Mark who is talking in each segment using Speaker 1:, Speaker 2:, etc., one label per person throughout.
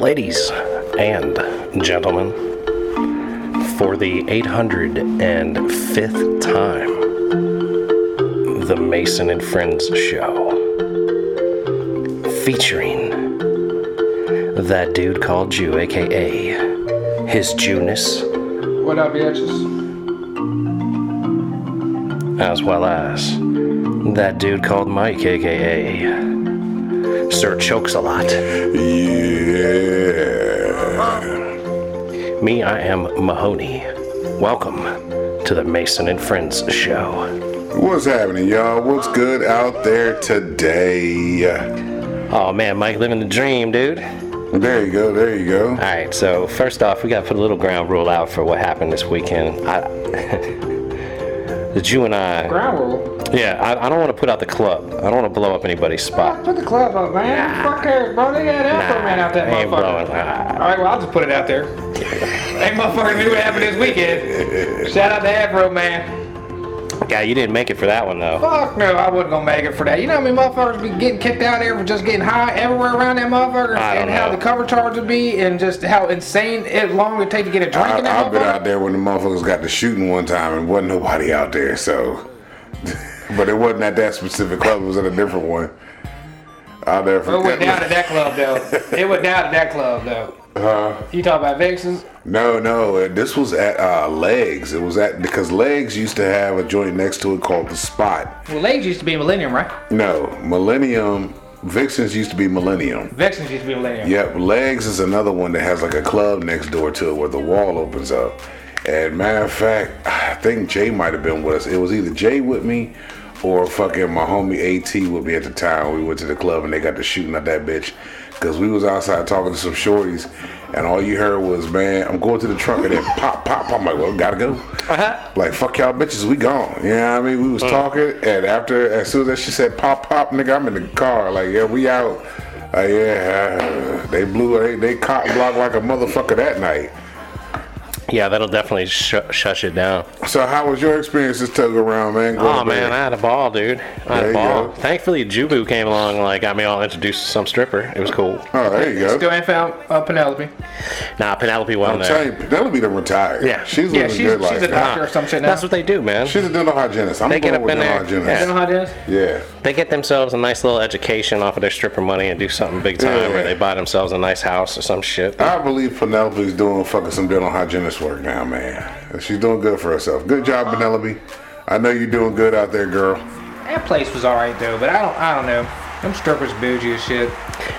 Speaker 1: ladies and gentlemen, for the 805th time, the Mason and Friends Show, featuring that dude called Jew, aka his Jewness,
Speaker 2: What up, bitches?
Speaker 1: as well as that dude called Mike, aka Sir Chokes a Lot. Me, I am Mahoney. Welcome to the Mason and Friends Show.
Speaker 3: What's happening, y'all? What's good out there today?
Speaker 1: Oh man, Mike, living the dream, dude.
Speaker 3: There you go, there you go.
Speaker 1: All right, so first off, we got to put a little ground rule out for what happened this weekend. I, the Jew and I,
Speaker 2: Ground rule.
Speaker 1: yeah, I, I don't want to put out the club. I don't want to blow up anybody's spot.
Speaker 2: Ah, Put the club up, man. Fuck cares, bro. They got Afro Man out that
Speaker 1: I ain't
Speaker 2: motherfucker.
Speaker 1: blowing. ah.
Speaker 2: All right, well, I'll just put it out there. hey, motherfucker, knew what happened this weekend. Shout out to Afro Man.
Speaker 1: Yeah, you didn't make it for that one though.
Speaker 2: Fuck no, I wasn't gonna make it for that. You know how many motherfuckers be getting kicked out there for just getting high everywhere around that motherfucker,
Speaker 1: I don't
Speaker 2: and how
Speaker 1: know.
Speaker 2: the cover charge would be, and just how insane it long it take to get a drink
Speaker 3: I,
Speaker 2: in that
Speaker 3: I've been
Speaker 2: motherfucker.
Speaker 3: out there when the motherfuckers got the shooting one time and wasn't nobody out there, so. but it wasn't at that specific club, it was at a different one. Out there for
Speaker 2: It went Oh, down to that club though. It went down to that club though.
Speaker 3: Uh,
Speaker 2: You talk about Vixens?
Speaker 3: No, no, uh, this was at uh, Legs. It was at, because Legs used to have a joint next to it called The Spot.
Speaker 2: Well, Legs used to be Millennium, right?
Speaker 3: No, Millennium, Vixens used to be Millennium.
Speaker 2: Vixens used to be Millennium.
Speaker 3: Yep, Legs is another one that has like a club next door to it where the wall opens up. And matter of fact, I think Jay might have been with us. It was either Jay with me or fucking my homie AT with me at the time. We went to the club and they got to shooting at that bitch. Cause we was outside talking to some shorties and all you heard was, man, I'm going to the trunk and then pop, pop, pop. I'm like, well, gotta go.
Speaker 2: Uh-huh.
Speaker 3: Like, fuck y'all bitches, we gone. You know what I mean? We was
Speaker 1: Mm.
Speaker 3: talking and after, as soon as that she said pop, pop, nigga, I'm in the car. Like, yeah, we out. Uh, yeah, uh, they blew they they cock blocked like a motherfucker that night.
Speaker 1: Yeah, that'll definitely sh- shush it down.
Speaker 3: So how was your experience this tug around, man? Going
Speaker 1: Oh
Speaker 3: to
Speaker 1: man, I
Speaker 3: bed?
Speaker 1: had a ball, dude. I had
Speaker 3: There
Speaker 1: a
Speaker 3: you
Speaker 1: ball.
Speaker 3: go.
Speaker 1: Thankfully, Jubu came along and like got me all introduced to some stripper. It was cool.
Speaker 3: oh there you go.
Speaker 2: Still ain't found uh, Penelope.
Speaker 1: Nah, Penelope
Speaker 3: I'm
Speaker 1: wasn't there.
Speaker 3: telling you, that'll be the retired.
Speaker 1: Yeah.
Speaker 3: she's
Speaker 2: Yeah,
Speaker 3: living
Speaker 2: she's,
Speaker 3: good life.
Speaker 2: she's a
Speaker 3: now.
Speaker 2: doctor or some shit now.
Speaker 1: That's what they do, man.
Speaker 3: she's a dental hygienist. I'm
Speaker 1: They get
Speaker 3: going
Speaker 1: up
Speaker 3: with
Speaker 1: in
Speaker 3: dental
Speaker 1: there.
Speaker 2: you know
Speaker 3: hygienist.
Speaker 2: how it is?
Speaker 3: Yeah.
Speaker 1: They get themselves a nice little education off of their stripper money and do something big time, or
Speaker 3: Yeah. Uh.
Speaker 1: they buy themselves a nice house or some shit.
Speaker 3: I believe Penelope's doing fucking some dental hygienist work now, man. She's doing good for herself. Good
Speaker 1: Uh-huh.
Speaker 3: job, Penelope. I know you're doing good out there, girl.
Speaker 2: That place was alright though, but I don't I don't know. Them strippers bougie as shit.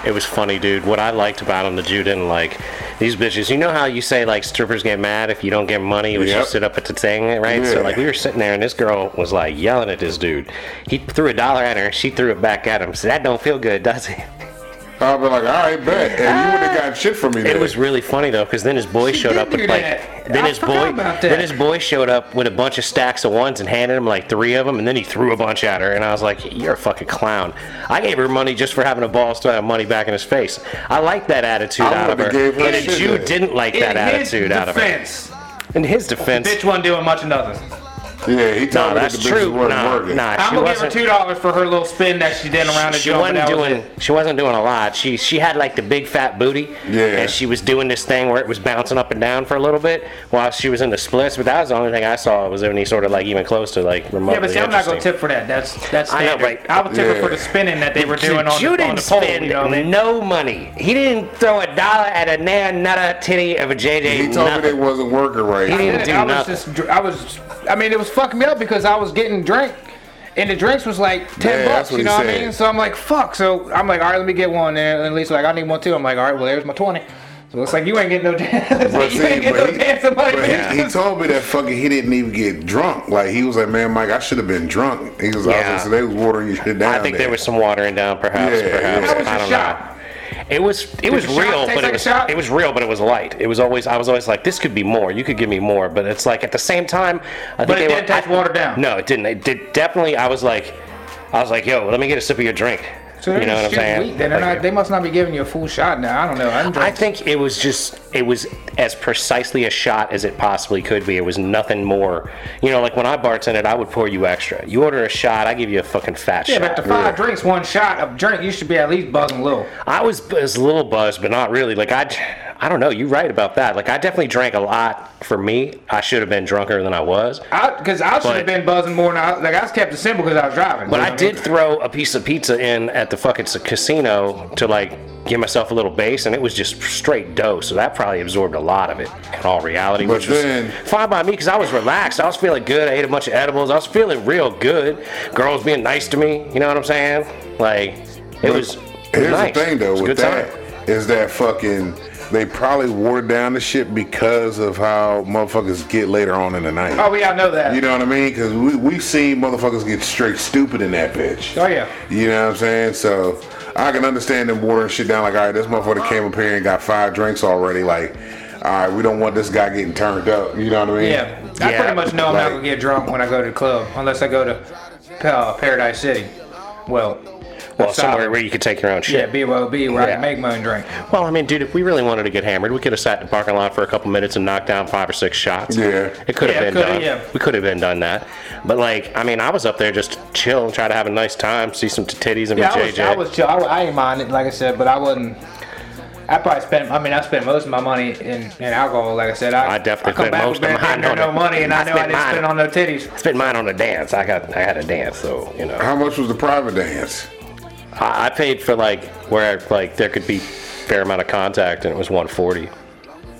Speaker 1: It was funny, dude. What I liked about them that you didn't like, these bitches. You know how you say like strippers get mad if you don't get money, which you
Speaker 3: Yep.
Speaker 1: sit up at the thing, right? So
Speaker 3: Yeah.
Speaker 1: like we were sitting there, and this girl was like yelling at this dude. He threw a dollar at her, and she threw it back at him. So that don't feel good, does it?
Speaker 3: I'll be like, all right, bet. And you would have got shit from me.
Speaker 1: Uh, It
Speaker 3: then.
Speaker 1: was really funny though, because then his boy
Speaker 2: She
Speaker 1: showed
Speaker 2: did
Speaker 1: up with
Speaker 2: do
Speaker 1: like,
Speaker 2: that.
Speaker 1: then
Speaker 2: I
Speaker 1: his
Speaker 2: forgot
Speaker 1: boy,
Speaker 2: about
Speaker 1: then
Speaker 2: that.
Speaker 1: his boy showed up with a bunch of stacks of ones and handed him like three of them, and then he threw a bunch at her, and I was like, "You're a fucking clown." I gave her money just for having a balls to have money back in his face. I like that attitude
Speaker 3: I
Speaker 1: out of her,
Speaker 3: would've gave her
Speaker 1: and a
Speaker 3: shit
Speaker 1: Jew
Speaker 3: then.
Speaker 1: didn't like that
Speaker 2: In his
Speaker 1: attitude out of her.
Speaker 2: defense,
Speaker 1: In his defense,
Speaker 2: Bitch wasn't doing much of nothing.
Speaker 3: Yeah, he
Speaker 1: no,
Speaker 3: told me that
Speaker 1: that's
Speaker 3: the bitches
Speaker 1: true.
Speaker 3: wasn't
Speaker 1: Nah,
Speaker 3: working.
Speaker 1: nah,
Speaker 2: I'm
Speaker 1: she
Speaker 2: gonna give her
Speaker 1: wasn't.
Speaker 2: two dollars for her little spin that she did around the
Speaker 1: She
Speaker 2: joint.
Speaker 1: wasn't
Speaker 2: but that was
Speaker 1: doing.
Speaker 2: it.
Speaker 1: She wasn't doing a lot. She she had like the big fat booty.
Speaker 3: Yeah.
Speaker 1: And she was doing this thing where it was bouncing up and down for a little bit while she was in the splits. But that was the only thing I saw was any sort of like even close to like remotely
Speaker 2: Yeah, but see, I'm not gonna
Speaker 1: interesting.
Speaker 2: tip for that. That's that's
Speaker 1: I know,
Speaker 2: standard. I,
Speaker 1: but-
Speaker 2: would tip her for
Speaker 3: Yeah.
Speaker 2: the spinning that they were doing on,
Speaker 1: you
Speaker 2: the, on
Speaker 1: didn't
Speaker 2: the pole.
Speaker 1: spend
Speaker 2: You know what I mean?
Speaker 1: no money. He didn't throw a dollar at a nan nutter titty of a JJ.
Speaker 3: He told
Speaker 1: nothing.
Speaker 3: me they wasn't working right.
Speaker 1: He didn't do
Speaker 2: I was
Speaker 1: nothing.
Speaker 2: just, dr- I was, I mean, it was fucking me up because I was getting drink, and the drinks was like ten
Speaker 3: Yeah, that's
Speaker 2: bucks.
Speaker 3: what
Speaker 2: You
Speaker 3: he
Speaker 2: know what I
Speaker 3: said.
Speaker 2: mean? So I'm like, fuck. So I'm like, all right, let me get one. And at least like, I need one too. I'm like, all right, well, there's my twenty. So it's like you ain't getting no dance.
Speaker 3: But
Speaker 2: like, you
Speaker 3: see,
Speaker 2: ain't getting
Speaker 3: but
Speaker 2: no
Speaker 3: he-
Speaker 2: dance of money.
Speaker 3: but
Speaker 2: man.
Speaker 3: he, he told me that fucking he didn't even get drunk. Like he was like, man, Mike, I should have been drunk. He was,
Speaker 1: Yeah.
Speaker 3: I was like, so they was watering your shit down.
Speaker 1: I think there was some watering down, perhaps.
Speaker 3: Yeah,
Speaker 1: perhaps.
Speaker 3: yeah. That was
Speaker 1: I
Speaker 2: a
Speaker 1: don't
Speaker 2: shot.
Speaker 1: know. It was it was
Speaker 2: the shot
Speaker 1: real,
Speaker 2: taste
Speaker 1: but it
Speaker 2: like a
Speaker 1: was
Speaker 2: shot?
Speaker 1: it was real, but it was light. It was always I was always like, this could be more. You could give me more, but it's like at the same time, I think
Speaker 2: But it
Speaker 1: they
Speaker 2: didn't
Speaker 1: were,
Speaker 2: taste watered down.
Speaker 1: No, it didn't. It did definitely. I was like, I was like, yo, let me get a sip of your drink.
Speaker 2: So they're
Speaker 1: you know
Speaker 2: just
Speaker 1: what I'm
Speaker 2: shooting
Speaker 1: saying?
Speaker 2: Wheat, then. They're
Speaker 1: Like,
Speaker 2: not, they must not be giving you a full shot now. I don't know. I'm
Speaker 1: I
Speaker 2: drunk.
Speaker 1: think it was just it was as precisely a shot as it possibly could be. It was nothing more. You know, like when I bartended, I would pour you extra. You order a shot, I give you a fucking fat
Speaker 2: yeah,
Speaker 1: shot.
Speaker 2: but the five drinks, one shot of drink, you should be at least buzzing a little.
Speaker 1: I was I was a little buzzed, but not really. Like I, I don't know. You're right about that. Like I definitely drank a lot. For me, I should have been drunker than I was.
Speaker 2: Because I, should
Speaker 1: But-
Speaker 2: have been buzzing more. Than I, like I kept it simple because I was driving.
Speaker 1: But I did throw a piece of pizza in at the fucking s- casino to like give myself a little base, and it was just straight dough. So that probably absorbed a lot of it in all reality,
Speaker 3: But
Speaker 1: which was
Speaker 3: then-
Speaker 1: fine by me because I was relaxed. I was feeling good. I ate a bunch of edibles. I was feeling real good. Girls being nice to me. You know what I'm saying? Like it was. it was
Speaker 3: Here's
Speaker 1: nice.
Speaker 3: the thing
Speaker 1: It
Speaker 3: though
Speaker 1: was a
Speaker 3: with
Speaker 1: good
Speaker 3: that
Speaker 1: time.
Speaker 3: is that fucking they probably watered down the shit because of how motherfuckers get later on in the night.
Speaker 2: Oh, we all know that.
Speaker 3: You know what I mean? Because we we've seen motherfuckers get straight stupid in that bitch.
Speaker 2: Oh, yeah.
Speaker 3: You know what I'm saying? So I can understand them watering shit down. Like, all right, this motherfucker came up here and got five drinks already. Like, all right, we don't want this guy getting turned up. You know what I mean?
Speaker 2: yeah. I
Speaker 1: Yeah,
Speaker 2: pretty much know I'm
Speaker 3: like-
Speaker 2: not gonna get drunk when I go to the club unless I go to uh, Paradise City. Well,
Speaker 1: Well,
Speaker 2: that's solid.
Speaker 1: somewhere where you could take your own shit.
Speaker 2: yeah, BYOB where I
Speaker 1: Yeah.
Speaker 2: can make my own drink.
Speaker 1: Well, I mean, dude, if we really wanted to get hammered, we could have sat in the parking lot for a couple minutes and knocked down five or six shots.
Speaker 3: Yeah.
Speaker 1: It could have
Speaker 2: Yeah,
Speaker 1: been
Speaker 2: coulda,
Speaker 1: done.
Speaker 2: yeah.
Speaker 1: We could have been done that. But, like, I mean, I was up there just to chill and try to have a nice time, see some titties and
Speaker 2: Yeah,
Speaker 1: be
Speaker 2: I was,
Speaker 1: JJ.
Speaker 2: I was chill. I, I ain't mind it, like I said, but I wasn't. I probably spent. I mean, I spent most of my money in, in alcohol. Like I said, I,
Speaker 1: I definitely
Speaker 2: come
Speaker 1: spent
Speaker 2: back
Speaker 1: most
Speaker 2: with
Speaker 1: of
Speaker 2: barely
Speaker 1: mine on
Speaker 2: no
Speaker 1: it.
Speaker 2: money, and
Speaker 1: I
Speaker 2: I know I
Speaker 1: spent
Speaker 2: didn't
Speaker 1: mine.
Speaker 2: spend on no titties.
Speaker 1: Spent mine on a dance. I got, I had a dance, so you know,
Speaker 3: How much was the private dance?
Speaker 1: I, I paid for like where like there could be fair amount of contact, and it was 140.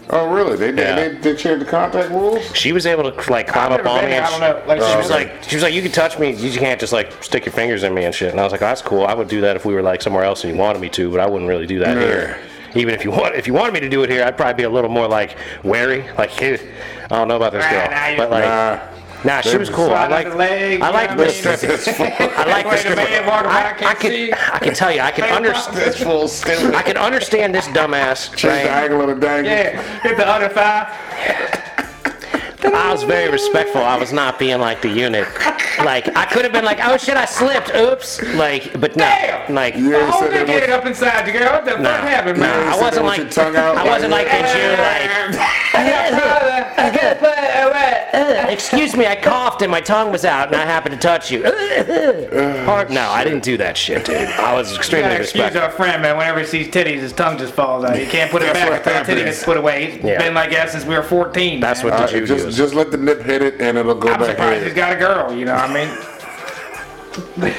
Speaker 3: Oh, really? They
Speaker 1: Yeah.
Speaker 3: they, they, they changed the contact rules?
Speaker 1: She was able to like climb
Speaker 2: I've
Speaker 1: up
Speaker 2: never
Speaker 1: on
Speaker 2: been
Speaker 1: me.
Speaker 2: there,
Speaker 1: And
Speaker 2: I don't know, like,
Speaker 1: she,
Speaker 2: she
Speaker 1: was
Speaker 2: was
Speaker 1: like, she was like, you can touch me. You can't just like stick your fingers in me and shit. And I was like, oh, that's cool. I would do that if we were like somewhere else and you wanted me to, but I wouldn't really do that
Speaker 3: Yeah.
Speaker 1: here. Even if you want, if you wanted me to do it here, I'd probably be a little more like wary. Like, "Eh, I don't know about this
Speaker 2: Nah,
Speaker 1: girl,
Speaker 2: nah, you-
Speaker 1: but like. Nah. she was cool. I
Speaker 2: Slide
Speaker 1: like
Speaker 2: on the leg,
Speaker 1: I
Speaker 2: you
Speaker 1: like
Speaker 2: know
Speaker 1: the
Speaker 2: what I mean?
Speaker 1: stripping. I like the
Speaker 2: Wait a
Speaker 1: stripping.
Speaker 2: minute, Mark, I
Speaker 1: I,
Speaker 2: can't
Speaker 1: I can
Speaker 2: see.
Speaker 1: I can tell you I can understand
Speaker 3: full stupid.
Speaker 1: I can understand this dumbass.
Speaker 3: Change the
Speaker 1: right?
Speaker 3: angle of the dangle.
Speaker 2: Yeah, hit the other five.
Speaker 1: I was very respectful. I was not being like the unit. Like I could have been like, oh shit, I slipped. Oops. Like, but no.
Speaker 2: Damn!
Speaker 1: Like,
Speaker 3: You
Speaker 2: The
Speaker 3: ever
Speaker 2: whole
Speaker 3: said
Speaker 2: thing
Speaker 3: that
Speaker 2: get it
Speaker 3: with-
Speaker 2: up inside you, girl. What the
Speaker 1: nah,
Speaker 2: fuck happened,
Speaker 1: nah,
Speaker 2: man?
Speaker 1: I
Speaker 3: Sit there
Speaker 1: wasn't
Speaker 3: with
Speaker 1: like,
Speaker 3: your tongue out
Speaker 1: I wasn't like
Speaker 3: like
Speaker 1: the Jew. Like, "Ugh, excuse me, I coughed and my tongue was out, and I happened to touch you. Hard- no, I didn't do that shit, dude. I was
Speaker 2: You
Speaker 1: extremely
Speaker 2: gotta excuse
Speaker 1: respectful.
Speaker 2: our friend, man. Whenever he sees titties, his tongue just falls out. He can't put it
Speaker 3: That's
Speaker 2: back
Speaker 3: what
Speaker 2: until the titty
Speaker 3: happens.
Speaker 2: gets put away. He's
Speaker 1: Yeah.
Speaker 2: been like that since we were 14.
Speaker 1: That's
Speaker 2: man.
Speaker 1: what
Speaker 3: All
Speaker 1: the
Speaker 3: right,
Speaker 1: Jew
Speaker 3: Uh, just,
Speaker 1: used.
Speaker 3: just let the nip hit it and it'll go
Speaker 2: I'm
Speaker 3: back
Speaker 2: surprised he's
Speaker 3: in.
Speaker 2: got a girl, you know what I mean?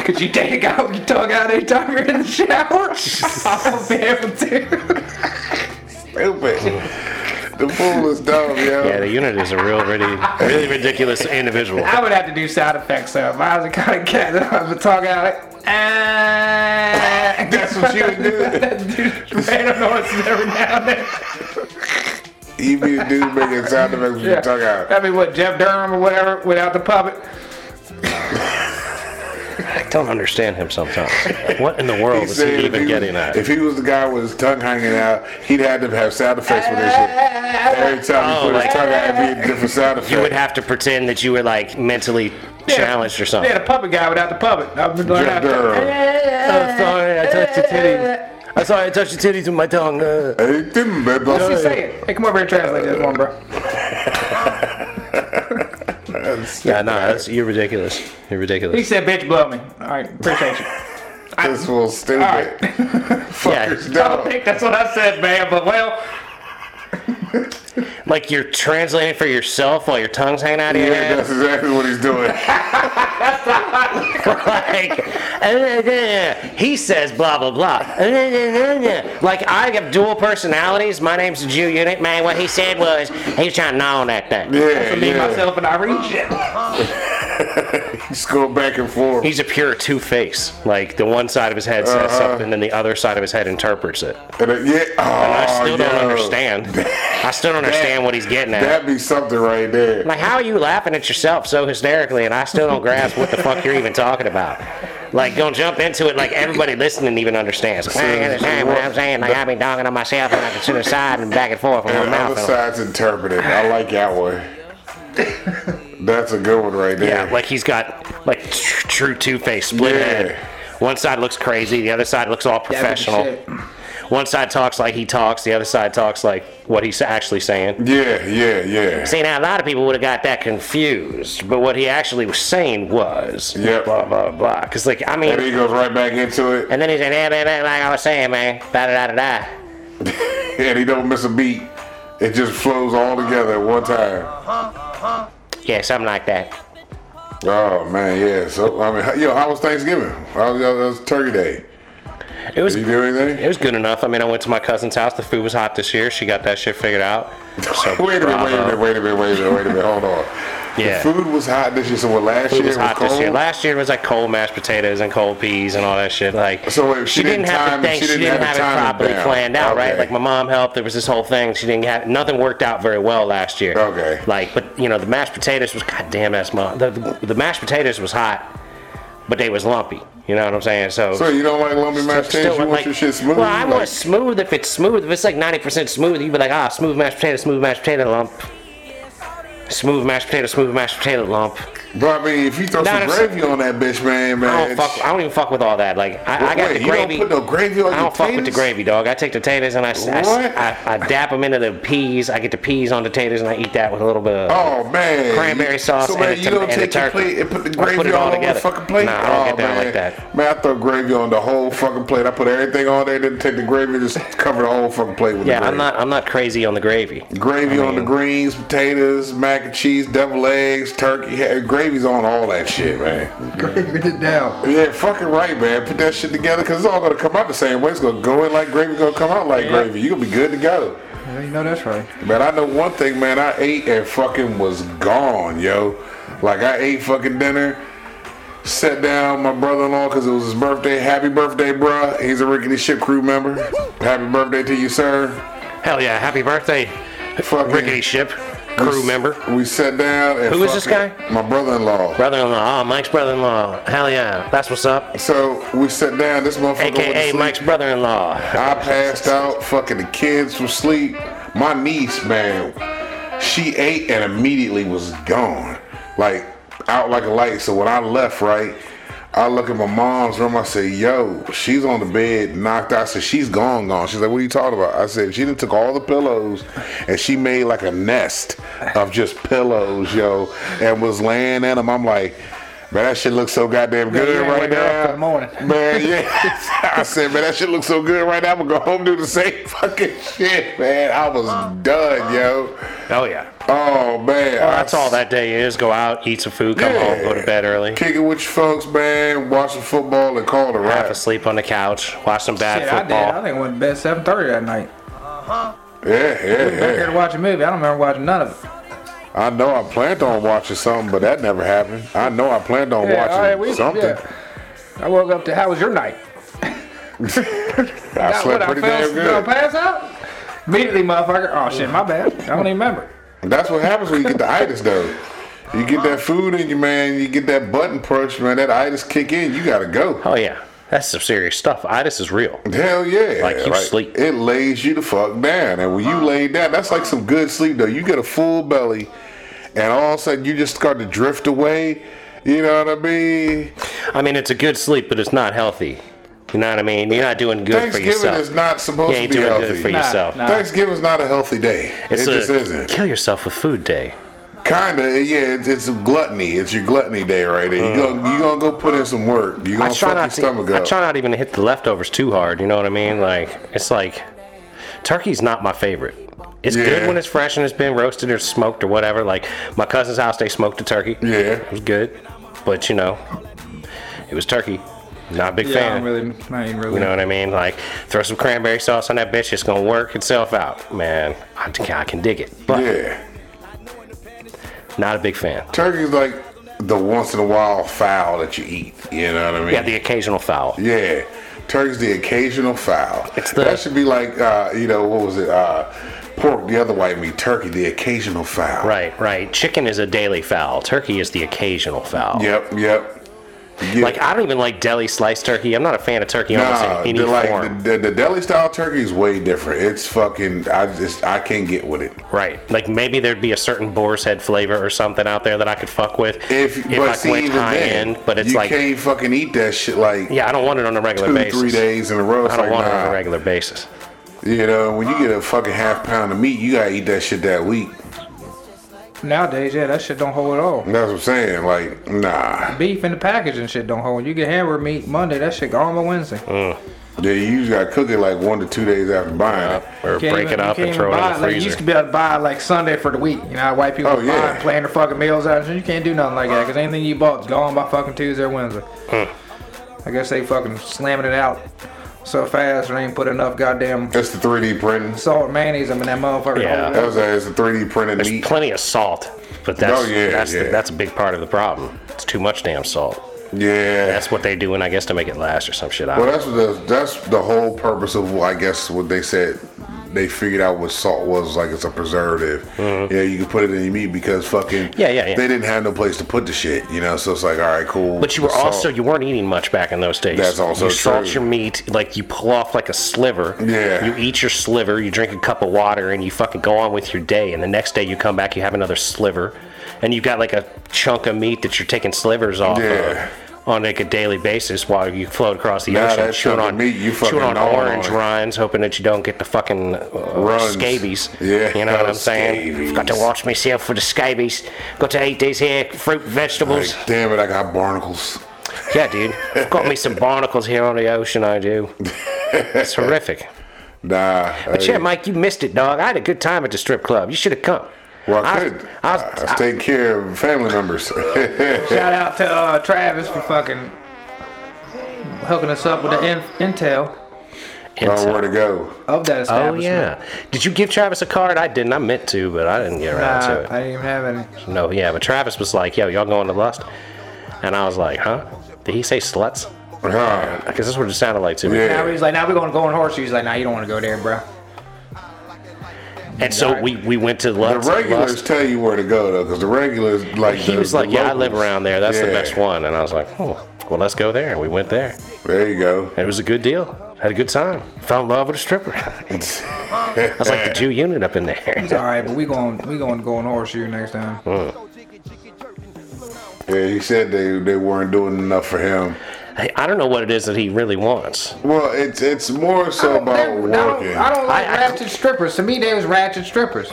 Speaker 2: Could you take out your tongue out anytime you're in the shower? I won't be able to.
Speaker 3: Stupid. the fool is dumb, yo.
Speaker 1: yeah, the unit is a real, really, really ridiculous individual.
Speaker 2: I would have to do sound effects, so if I was the kind of cat that I would talk out, like, ah.
Speaker 3: That's what you would do.
Speaker 2: Dude, random noises every now and then.
Speaker 3: You be the dude making sound effects with
Speaker 2: Yeah.
Speaker 3: your tongue out.
Speaker 2: I mean, what, Jeff Durham or whatever, without the puppet?
Speaker 1: I don't understand him sometimes. What in the world is
Speaker 3: said
Speaker 1: Oh, he
Speaker 3: if
Speaker 1: even
Speaker 3: was-
Speaker 1: getting at?
Speaker 3: If he was the guy with his tongue hanging out, he'd have to have sound effects with this shit. Every time
Speaker 1: Oh,
Speaker 3: he put
Speaker 1: like-
Speaker 3: his tongue out, it'd be a different sound effect.
Speaker 1: You would have to pretend that you were like mentally challenged or something.
Speaker 2: Yeah, the puppet guy without the puppet. I've been learning how
Speaker 3: Jeff
Speaker 2: to-
Speaker 3: Durham.
Speaker 1: I'm Oh, sorry, I touched your titties. I'm sorry, I touched your titties with my tongue. Uh,
Speaker 3: Hey, Tim, baby.
Speaker 2: What's he saying? Hey, come over here and translate this one, bro.
Speaker 1: yeah, no, that's, you're ridiculous. You're
Speaker 2: He
Speaker 1: ridiculous.
Speaker 2: said, bitch, blow me. All right, appreciate you.
Speaker 3: This fool's stupid.
Speaker 2: Alright.
Speaker 1: Yeah,
Speaker 3: Fuckers
Speaker 2: I don't
Speaker 3: dumb.
Speaker 2: think that's what I said, man, but well,
Speaker 1: like you're translating for yourself while your tongue's hanging out of your
Speaker 3: Yeah,
Speaker 1: head.
Speaker 3: that's exactly what he's doing.
Speaker 1: like, uh, he says blah blah blah. Uh, like I have dual personalities. My name's the Jew unit man. What he said was he was trying to gnaw on that thing.
Speaker 3: Yeah,
Speaker 2: me,
Speaker 3: yeah.
Speaker 2: myself, and I reach it.
Speaker 3: He's going back and forth.
Speaker 1: He's a pure two face. Like the one side of his head says
Speaker 3: Uh-huh.
Speaker 1: something, and the other side of his head interprets it.
Speaker 3: And, uh, yeah. Oh,
Speaker 1: I still
Speaker 3: yo.
Speaker 1: don't understand. I still don't understand what he's getting at.
Speaker 3: That'd be something right there.
Speaker 1: like, how are you laughing at yourself so hysterically, and I still don't grasp what the fuck you're even talking about? Like, don't jump into it like everybody listening even understands. Like, I understand what I'm saying. Like, I've been talking to myself, and I can sit aside and back and forth with my
Speaker 3: And the other
Speaker 1: mouth. open.
Speaker 3: side's interpreted. I like that one. That's a good one right there.
Speaker 1: Yeah, like he's got like tr- true two face split
Speaker 3: Yeah.
Speaker 1: head. One side looks crazy, the other side looks all professional.
Speaker 2: shit.
Speaker 1: One side talks like he talks, the other side talks like what he's actually saying.
Speaker 3: Yeah, yeah, yeah.
Speaker 1: See, now a lot of people would have got that confused, but what he actually was saying was
Speaker 3: Yep.
Speaker 1: blah blah blah. Because like I
Speaker 3: And
Speaker 1: mean,
Speaker 3: he goes right back into it,
Speaker 1: and then he said, "Yeah, man, man, like I was saying, man, da da da da." da."
Speaker 3: and he don't miss a beat. It just flows all together at one time.
Speaker 1: Yeah, something like that.
Speaker 3: Oh man, yeah. So I mean, how- yo, how was Thanksgiving? How was, how was Turkey Day?
Speaker 1: It was
Speaker 3: Did you do anything?
Speaker 1: It was good enough. I mean, I went to my cousin's house. The food was hot this year. She got that shit figured out. So uh-huh.
Speaker 3: Wait a minute, wait a minute, wait a minute, wait a minute, wait a minute. Hold on.
Speaker 1: Yeah.
Speaker 3: The food was hot this year, so what last
Speaker 1: Food
Speaker 3: year
Speaker 1: was hot
Speaker 3: cold?
Speaker 1: this year. Last year was like cold mashed potatoes and cold peas and all that shit. Like
Speaker 3: So if she didn't time it,
Speaker 1: the thing.
Speaker 3: she
Speaker 1: She
Speaker 3: didn't
Speaker 1: didn't have
Speaker 3: have it
Speaker 1: it
Speaker 3: timed
Speaker 1: properly
Speaker 3: down.
Speaker 1: planned out, right?
Speaker 3: Okay.
Speaker 1: Like my mom helped. There was this whole thing. She didn't have nothing worked out very well last year.
Speaker 3: Okay.
Speaker 1: Like, but you know, the mashed potatoes was goddamn that's mom. The, the, the mashed potatoes was hot, but they was lumpy. You know what I'm saying?
Speaker 3: So you don't like lumpy mashed
Speaker 1: Still,
Speaker 3: potatoes? You want
Speaker 1: like-
Speaker 3: your shit smooth?
Speaker 1: Well, I
Speaker 3: like,
Speaker 1: want smooth if it's smooth. If it's like 90% smooth, you'd be like, ah, smooth mashed potato, smooth mashed potato lump. Smooth mashed potato, smooth mashed potato lump.
Speaker 3: But I mean, if you throw
Speaker 1: No,
Speaker 3: some
Speaker 1: no,
Speaker 3: gravy on that bitch, man, man.
Speaker 1: I don't fuck. I don't even fuck with all that. Like I, I got
Speaker 3: Wait,
Speaker 1: the
Speaker 3: you don't
Speaker 1: gravy.
Speaker 3: put no gravy on
Speaker 1: I
Speaker 3: your
Speaker 1: don't fuck with the
Speaker 3: potatoes?
Speaker 1: gravy, dog. I take the potatoes and I, s- I s-
Speaker 3: What?
Speaker 1: I- I dap them into the peas. I get the peas on the potatoes and I eat that with a little bit. of...
Speaker 3: Oh man!
Speaker 1: Cranberry sauce
Speaker 3: So
Speaker 1: and
Speaker 3: man,
Speaker 1: a
Speaker 3: you
Speaker 1: tom- and
Speaker 3: don't
Speaker 1: a
Speaker 3: take your
Speaker 1: turkey.
Speaker 3: plate and put the
Speaker 1: I
Speaker 3: gravy
Speaker 1: put it all
Speaker 3: all over the
Speaker 1: together.
Speaker 3: fucking plate.
Speaker 1: Nah, I don't
Speaker 3: oh,
Speaker 1: get down
Speaker 3: man.
Speaker 1: like that.
Speaker 3: Man, I throw gravy on the whole fucking plate. I put everything on there, then take the gravy and just cover the whole fucking plate with
Speaker 1: yeah,
Speaker 3: the gravy.
Speaker 1: I'm not. I'm not crazy on the gravy.
Speaker 3: Gravy on the greens, potatoes, mac and cheese, double eggs, turkey. Yeah, gravy's on all that shit, man.
Speaker 2: Graving it down.
Speaker 3: Yeah, fucking right, man. Put that shit together because it's all gonna come out the same way. It's gonna go in like gravy, gonna come out like gravy. You gonna be good to go.
Speaker 2: Yeah, you know that's right.
Speaker 3: Man, I know one thing, man. I ate and fucking was gone, yo. Like I ate fucking dinner, sat down my brother-in-law because it was his birthday. Happy birthday, bruh. He's a rickety ship crew member. Happy birthday to you, sir.
Speaker 1: Hell yeah! Happy birthday,
Speaker 3: Fucking
Speaker 1: rickety ship crew member.
Speaker 3: We sat down and
Speaker 1: Who is this
Speaker 3: fucking-
Speaker 1: guy?
Speaker 3: My brother-in-law.
Speaker 1: Brother-in-law, oh, Mike's brother-in-law. Hell yeah, that's what's up.
Speaker 3: So we sat down. This motherfucker. went to
Speaker 1: AKA
Speaker 3: sleep.
Speaker 1: Mike's brother-in-law.
Speaker 3: I passed out, fucking the kids from sleep. My niece, man, she ate and immediately was gone. Like, out like a light. So when I left, right, I look at my mom's room. I say, yo, she's on the bed, knocked out. I said, she's gone, gone. She's like, what are you talking about? I said, she done took all the pillows and she made like a nest of just pillows, yo, and was laying in them. I'm like, man, that shit looks so goddamn good
Speaker 2: you ain't
Speaker 3: right
Speaker 2: waking up
Speaker 3: now.
Speaker 2: till the morning.
Speaker 3: Man, yeah. I said, man, that shit looks so good right now. I'm gonna go home do the same fucking shit, man. I was done, yo.
Speaker 1: Oh yeah.
Speaker 3: Oh man,
Speaker 1: That's all that day is. Go out, eat some food, come home, go to bed early.
Speaker 3: Kicking with your folks, man. Watching football and call it a
Speaker 1: Half
Speaker 3: wrap.
Speaker 1: asleep on the couch, watch some bad
Speaker 2: Shit, I did. I
Speaker 1: football.
Speaker 2: think I went to bed 7:30 that night.
Speaker 3: Yeah,
Speaker 2: Back here
Speaker 3: yeah,
Speaker 2: to
Speaker 3: yeah.
Speaker 2: watch a movie. I don't remember watching none of it.
Speaker 3: I know I planned on watching something, but that never happened. I know I planned on watching
Speaker 2: all right, we-
Speaker 3: something.
Speaker 2: yeah. I woke up to how was your night?
Speaker 3: I
Speaker 2: Got
Speaker 3: slept
Speaker 2: what, I fell
Speaker 3: pretty damn
Speaker 2: asleep on
Speaker 3: good.
Speaker 2: Pass out? Immediately, motherfucker. Oh shit, my bad. I don't even remember.
Speaker 3: That's what happens when you get the itis, though. You get that food in you, man. You get that button push, man. That itis kick in. You gotta go.
Speaker 1: Oh yeah, that's some serious stuff. Itis is real.
Speaker 3: Hell yeah.
Speaker 1: Like, you sleep.
Speaker 3: It lays you the fuck down. And when you lay down, that's like some good sleep though. You get a full belly and all of a sudden you just start to drift away. You know what I mean?
Speaker 1: I mean, it's a good sleep, but it's not healthy. You know what I mean? You're not doing good for
Speaker 3: Thanksgiving is
Speaker 1: yourself.
Speaker 3: not supposed
Speaker 1: You
Speaker 3: to
Speaker 1: ain't
Speaker 3: be
Speaker 1: doing
Speaker 3: healthy.
Speaker 1: good for yourself.
Speaker 2: nah.
Speaker 3: Thanksgiving's not a healthy day.
Speaker 1: It's
Speaker 3: it
Speaker 1: a
Speaker 3: just isn't.
Speaker 1: kill yourself with food day.
Speaker 3: Kinda, yeah. It's, it's a gluttony. It's your gluttony day right there. You gonna you gonna go put in some work. You
Speaker 1: I
Speaker 3: gonna
Speaker 1: try
Speaker 3: fuck your
Speaker 1: not to.
Speaker 3: stomach
Speaker 1: I
Speaker 3: up.
Speaker 1: try not even to hit the leftovers too hard. You know what I mean? Like it's like turkey's not my favorite. It's
Speaker 3: Yeah.
Speaker 1: good when it's fresh and it's been roasted or smoked or whatever. Like my cousin's house, they smoked a turkey.
Speaker 3: Yeah.
Speaker 1: it was good, but you know, it was turkey. Not a big
Speaker 2: Yeah, I
Speaker 1: fan.
Speaker 2: don't really, I ain't really.
Speaker 1: You know what I mean? Like throw some cranberry sauce on that bitch. It's gonna work itself out, man. I, think I can dig it, but
Speaker 3: yeah.
Speaker 1: not a big fan.
Speaker 3: Turkey's like the once in a while fowl that you eat. You know what I mean?
Speaker 1: Yeah, the occasional foul.
Speaker 3: Yeah, turkey's the occasional fowl.
Speaker 1: It's the-
Speaker 3: that should be like uh, you know what was it? Uh, pork, the other white meat, turkey, the occasional fowl.
Speaker 1: Right, right. Chicken is a daily foul. Turkey is the occasional foul.
Speaker 3: Yep, yep. Yeah.
Speaker 1: Like I don't even like deli sliced turkey. I'm not a fan of turkey almost
Speaker 3: Nah,
Speaker 1: in any
Speaker 3: the,
Speaker 1: form.
Speaker 3: like the, the, the deli style turkey is way different. It's fucking. I just I can't get with it.
Speaker 1: right. Like maybe there'd be a certain boar's head flavor or something out there that I could fuck with
Speaker 3: If, but see, even then,
Speaker 1: But it's
Speaker 3: you
Speaker 1: like
Speaker 3: can't fucking eat that shit like
Speaker 1: yeah, I don't want it on a regular
Speaker 3: two,
Speaker 1: basis.
Speaker 3: three days in a row. It's
Speaker 1: I don't
Speaker 3: like,
Speaker 1: want it
Speaker 3: nah.
Speaker 1: on a regular basis.
Speaker 3: You know, when you get a fucking half pound of meat, you gotta eat that shit that week.
Speaker 2: Nowadays, yeah, that shit don't hold at all.
Speaker 3: That's what I'm saying. Like, nah.
Speaker 2: Beef in the package and shit don't hold. You get hamburger meat Monday, that shit gone by Wednesday.
Speaker 1: Mm,
Speaker 3: Yeah, you just gotta cook it like one to two days after buying it.
Speaker 1: Or
Speaker 2: Can't
Speaker 1: break
Speaker 2: even-
Speaker 1: it up
Speaker 2: you
Speaker 1: and
Speaker 2: can't
Speaker 1: throw it
Speaker 2: even
Speaker 1: in
Speaker 2: buy
Speaker 1: the
Speaker 2: Like, you
Speaker 1: freezer.
Speaker 2: used to be able to buy like Sunday for the week. You know, how white people
Speaker 3: Oh,
Speaker 2: buy
Speaker 3: yeah.
Speaker 2: and plan their fucking meals out and shit. You can't do nothing like that because anything you bought is gone by fucking Tuesday or Wednesday.
Speaker 1: Mm.
Speaker 2: I guess they fucking slamming it out so fast and they ain't put enough goddamn
Speaker 3: That's the 3D printing.
Speaker 2: salt and mayonnaise up in that motherfucker.
Speaker 1: Yeah.
Speaker 3: That was a, it's a 3D printed
Speaker 1: There's
Speaker 3: meat.
Speaker 1: plenty of salt, but that's
Speaker 3: Oh, yeah,
Speaker 1: that's
Speaker 3: yeah.
Speaker 1: The, that's a big part of the problem. It's too much damn salt.
Speaker 3: yeah.
Speaker 1: That's what they do, and I guess to make it last or some shit. I
Speaker 3: well,
Speaker 1: don't
Speaker 3: that's what the, that's the whole purpose of I guess what they said. They figured out what salt was like. It's a preservative. Yeah, you can put it in your meat because fucking
Speaker 1: Mm-hmm. Yeah, yeah, yeah.
Speaker 3: They didn't have no place to put the shit. You know, so it's like all right, cool.
Speaker 1: But you were
Speaker 3: the salt.
Speaker 1: also you weren't eating much back in those days.
Speaker 3: That's also
Speaker 1: you salt
Speaker 3: true.
Speaker 1: your meat like you pull off like a sliver.
Speaker 3: Yeah.
Speaker 1: You eat your sliver, you drink a cup of water, and you fucking go on with your day. And the next day you come back, you have another sliver, and you got like a chunk of meat that you're taking slivers off
Speaker 3: Yeah.
Speaker 1: of on like a daily basis while you float across the
Speaker 3: Now
Speaker 1: ocean,
Speaker 3: that
Speaker 1: chewing
Speaker 3: chunk of
Speaker 1: on
Speaker 3: meat, you fucking
Speaker 1: chewing on
Speaker 3: gnawing on
Speaker 1: orange
Speaker 3: it.
Speaker 1: rinds, hoping that you don't get the fucking uh,
Speaker 3: Runs.
Speaker 1: scabies.
Speaker 3: Yeah.
Speaker 1: You know what I'm saying?
Speaker 3: Scabies.
Speaker 1: Got to watch myself for the scabies. Got to eat these here fruit and vegetables.
Speaker 3: like, damn it, I got barnacles.
Speaker 1: Yeah, dude. I've got me some barnacles here on the ocean, I do. It's horrific.
Speaker 3: Nah,
Speaker 1: But
Speaker 3: hey,
Speaker 1: yeah, Mike, you missed it, dog. I had a good time at the strip club. You should have come.
Speaker 3: well, I,
Speaker 1: I-
Speaker 3: could.
Speaker 1: I
Speaker 3: I,
Speaker 1: was-
Speaker 3: was, taking care of family members.
Speaker 2: Shout out to uh, Travis for fucking hooking us up with the in- intel
Speaker 3: Don't know where to go.
Speaker 2: of that
Speaker 1: oh,
Speaker 2: establishment.
Speaker 1: yeah. Did you give Travis a card? I didn't. I meant to, but I didn't get around
Speaker 2: Nah,
Speaker 1: to
Speaker 2: I didn't even have any.
Speaker 1: it. No, yeah, but Travis was like, yo, y'all going to Lust? And I was like, huh? Did he say sluts?
Speaker 3: Huh.
Speaker 1: Because that's what it sounded like to me.
Speaker 3: Yeah.
Speaker 2: Now he's like, now we're gonna go on horseshoes. He's like, nah, you don't want to go there, bro.
Speaker 1: And so we, we went to
Speaker 3: The
Speaker 1: Lust.
Speaker 3: regulars
Speaker 1: Lust.
Speaker 3: tell you where to go though, because the regulars like
Speaker 1: He
Speaker 3: the-
Speaker 1: was
Speaker 3: the
Speaker 1: like, yeah, I live
Speaker 3: locals.
Speaker 1: around there. That's the
Speaker 3: Yeah.
Speaker 1: best one. And I was like, oh, well, let's go there. And we went there.
Speaker 3: There you go.
Speaker 1: It was a good deal. Had a good time. Fell in love with a stripper. I was like the Jew unit up in there.
Speaker 2: It's all right, but we going we going to go on horseshoe next time.
Speaker 3: Yeah, he said they, they weren't doing enough for him.
Speaker 1: I I don't know what it is that he really wants.
Speaker 3: Well, it's it's more so
Speaker 2: I
Speaker 3: about
Speaker 2: don't, I
Speaker 3: working.
Speaker 2: don't, I don't like
Speaker 1: I- I-
Speaker 2: ratchet strippers. To me, they was ratchet strippers.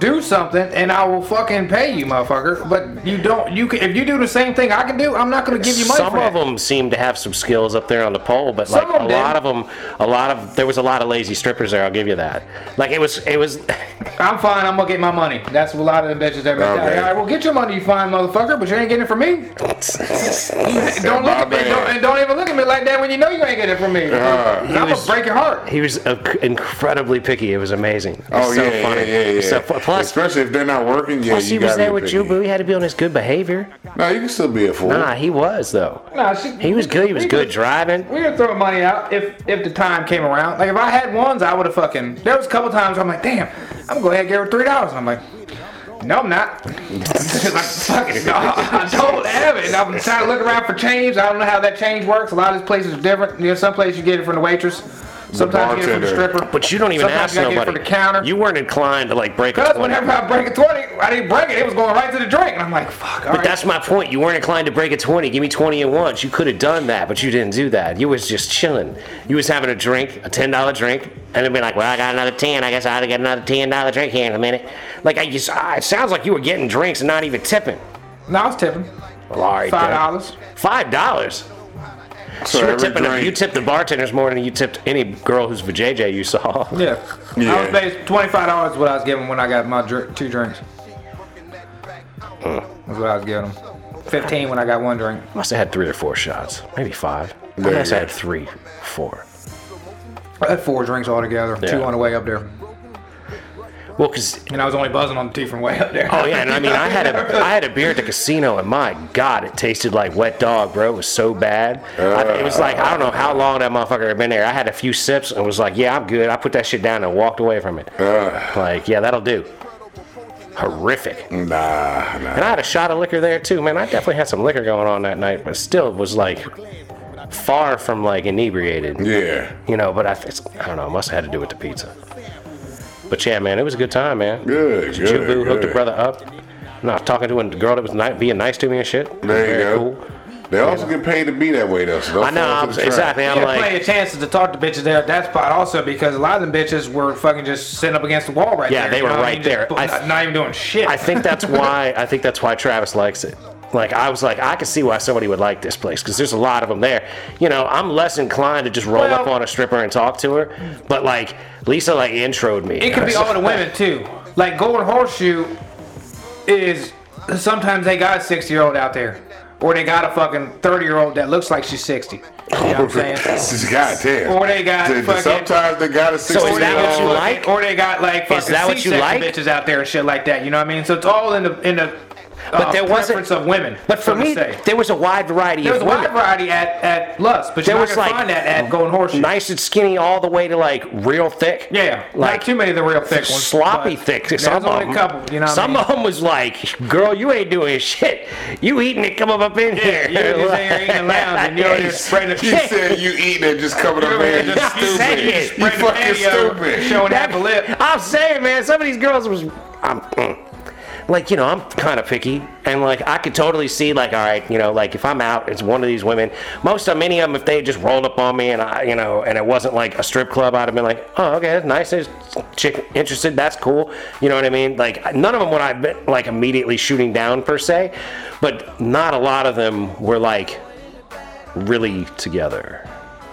Speaker 2: Do something, and I will fucking pay you, motherfucker. But you don't. You can, if you do the same thing I can do, I'm not gonna give you money.
Speaker 1: Some
Speaker 2: for
Speaker 1: of
Speaker 2: that.
Speaker 1: them seem to have some skills up there on the pole, but
Speaker 2: Some
Speaker 1: like a
Speaker 2: of 'em
Speaker 1: lot of
Speaker 2: did.
Speaker 1: them, a lot of there was a lot of lazy strippers there. I'll give you that. Like it was, it was.
Speaker 2: I'm fine. I'm gonna get my money. That's what a lot of the bitches that
Speaker 3: Okay.
Speaker 2: All right, well, get your money, you fine motherfucker. But you ain't getting it from me. Don't look
Speaker 3: my
Speaker 2: at me.
Speaker 3: man.
Speaker 2: Don't, and don't even look at me like that when you know you ain't getting it from me. I'm gonna
Speaker 1: was-
Speaker 2: break your heart.
Speaker 1: he was a- incredibly picky. It was amazing. It was
Speaker 3: oh
Speaker 1: so
Speaker 3: yeah,
Speaker 1: funny.
Speaker 3: yeah, yeah,
Speaker 1: It
Speaker 3: yeah.
Speaker 1: was So fu- plus,
Speaker 3: especially if they're not working. Yeah,
Speaker 1: plus
Speaker 3: you
Speaker 1: he was
Speaker 3: gotta
Speaker 1: there
Speaker 3: be
Speaker 1: with you,
Speaker 3: picky.
Speaker 1: but he had to be on his good behavior.
Speaker 3: No, you can still be a fool.
Speaker 1: Nah, he was though.
Speaker 2: Nah, she,
Speaker 1: He was good. He was
Speaker 2: we
Speaker 1: good
Speaker 2: could-
Speaker 1: driving.
Speaker 2: We would throw money out if if the time came around. Like if I had ones, I would have fucking. There was a couple times I'm like, damn, I'm gonna go ahead and give her three dollars. I'm like, no, I'm not. She's like, fuck it, no, I don't have it. And I'm trying to look around for change. I don't know how that change works. A lot of these places are different. You know, some places you get it from the waitress. Sometimes you get it from the
Speaker 3: bartender.
Speaker 2: stripper.
Speaker 1: But you don't even
Speaker 2: Sometimes
Speaker 1: ask
Speaker 2: you gotta get it
Speaker 1: nobody.
Speaker 2: from the counter.
Speaker 1: You weren't inclined to like break a
Speaker 2: Cause
Speaker 1: 20.
Speaker 2: whenever I break a twenty, I didn't break it. It was going right to the drink, and I'm like, fuck. all
Speaker 1: but
Speaker 2: right.
Speaker 1: that's my point. You weren't inclined to break a 20. Give me 20 at once. You could have done that, but you didn't do that. You was just chilling. You was having a drink, a $10 drink, and then be like, well, I got another 10. I guess I ought to get another $10 drink here in a minute. Like, I just, ah, it sounds like you were getting drinks and not even tipping.
Speaker 2: no, I was tipping
Speaker 1: Well, all right,
Speaker 2: five
Speaker 1: then.
Speaker 2: dollars.
Speaker 1: $5?
Speaker 3: so
Speaker 1: you, were
Speaker 3: every
Speaker 1: tipping,
Speaker 3: drink-
Speaker 1: you tipped the bartenders more than you tipped any girl who's vajayjay you saw.
Speaker 2: Yeah. I was
Speaker 3: Yeah.
Speaker 2: paid twenty five dollars what I was giving when I got my dr- two drinks.
Speaker 1: Uh.
Speaker 2: That's what I was giving them. Fifteen when I got one drink.
Speaker 1: Must have had three or four shots, maybe five.
Speaker 3: There
Speaker 1: I
Speaker 3: you
Speaker 1: must
Speaker 3: go.
Speaker 1: have had three, four.
Speaker 2: I had four drinks altogether. Two
Speaker 1: Yeah.
Speaker 2: on the way up there,
Speaker 1: Well, because
Speaker 2: and I was only buzzing on the tea from way up there.
Speaker 1: Oh yeah, and I mean, I had a I had a beer at the casino, and my God, it tasted like wet dog, bro. It was so bad. I, it was like I don't know how long that motherfucker had been there. I had a few sips and was like, yeah, I'm good. I put that shit down and walked away from it.
Speaker 3: Uh,
Speaker 1: Like, yeah, that'll do. horrific.
Speaker 3: Nah, nah.
Speaker 1: And I had a shot of liquor there too, man. I definitely had some liquor going on that night, but still was like far from like inebriated,
Speaker 3: Yeah.
Speaker 1: you know. But I, it's, I don't know, it must have had to do with the pizza. But yeah, man, it was a good time, man.
Speaker 3: Good, good,
Speaker 1: Jubu hooked a
Speaker 3: good.
Speaker 1: brother up. No, talking to a girl that was ni- being nice to me and shit.
Speaker 3: There you
Speaker 1: Very
Speaker 3: go.
Speaker 1: cool.
Speaker 3: They also get paid to be that way though. So don't
Speaker 1: I know,
Speaker 3: fall
Speaker 1: I'm,
Speaker 3: into the trap.
Speaker 1: exactly. I'm
Speaker 2: You had
Speaker 1: like,
Speaker 2: plenty of chances to talk to bitches there at that spot also because a lot of them bitches were fucking just sitting up against the wall right
Speaker 1: Yeah,
Speaker 2: there.
Speaker 1: they
Speaker 2: you
Speaker 1: were
Speaker 2: know what
Speaker 1: right
Speaker 2: I mean? Just
Speaker 1: there.
Speaker 2: bu-
Speaker 1: I-
Speaker 2: not, not even doing shit.
Speaker 1: I think that's why I think that's why Travis likes it. Like I was like I could see why somebody would like this place because there's a lot of them there. You know, I'm less inclined to just roll
Speaker 2: Well-
Speaker 1: up on a stripper and talk to her, but like Lisa like introed me.
Speaker 2: it could be all the women too. Like Golden Horseshoe is sometimes they got a sixty year old out there. Or they got a fucking thirty year old that looks like she's sixty. You know what I'm saying?
Speaker 3: Goddamn.
Speaker 2: Or they got
Speaker 3: Dude,
Speaker 2: fucking-
Speaker 3: Sometimes they got a six.
Speaker 1: So is that what you
Speaker 2: Or they-
Speaker 1: like?
Speaker 2: Or they got like fucking
Speaker 1: that what you
Speaker 2: C-section
Speaker 1: like?
Speaker 2: bitches out there and shit like that. You know what I mean? So it's all in the in the uh,
Speaker 1: But there wasn't-
Speaker 2: preference of women.
Speaker 1: But for
Speaker 2: so to
Speaker 1: me,
Speaker 2: say.
Speaker 1: there was a wide variety
Speaker 2: There
Speaker 1: of
Speaker 2: was a wide
Speaker 1: women.
Speaker 2: variety at, at Lust, but
Speaker 1: There
Speaker 2: you
Speaker 1: was,
Speaker 2: was
Speaker 1: like,
Speaker 2: like find that at Golden Horseshoe.
Speaker 1: Nice and skinny, all the way to like real thick.
Speaker 2: yeah,
Speaker 1: like
Speaker 2: not too many of the real thick ones.
Speaker 1: sloppy
Speaker 2: but
Speaker 1: thick.
Speaker 2: There's
Speaker 1: Some of
Speaker 2: only
Speaker 1: them,
Speaker 2: a couple, you know. What
Speaker 1: some
Speaker 2: I
Speaker 1: of them was like, "Girl, you ain't doing shit. You eating it? Come up up in here.
Speaker 2: mean? you just there eating lounge and you're there spreading the
Speaker 3: You said you eating and just coming up here. You
Speaker 1: just
Speaker 3: stupid.
Speaker 1: saying.
Speaker 3: You
Speaker 2: spreading the
Speaker 3: fucking
Speaker 2: patio,
Speaker 3: stupid.
Speaker 2: showing half a lip.
Speaker 1: I'm saying, man, some of these girls was, I'm, mm. like, you know, I'm kind of picky, and like, I could totally see, like, all right, you know, like if I'm out, it's one of these women. Most of many of them, if they just rolled up on me, and I, you know, and it wasn't like a strip club, I'd have been like, oh, okay, that's nice. There's a chick interested. That's cool. You know what I mean? Like, none of them would I been like immediately shooting down per se, but not a lot of them were like really together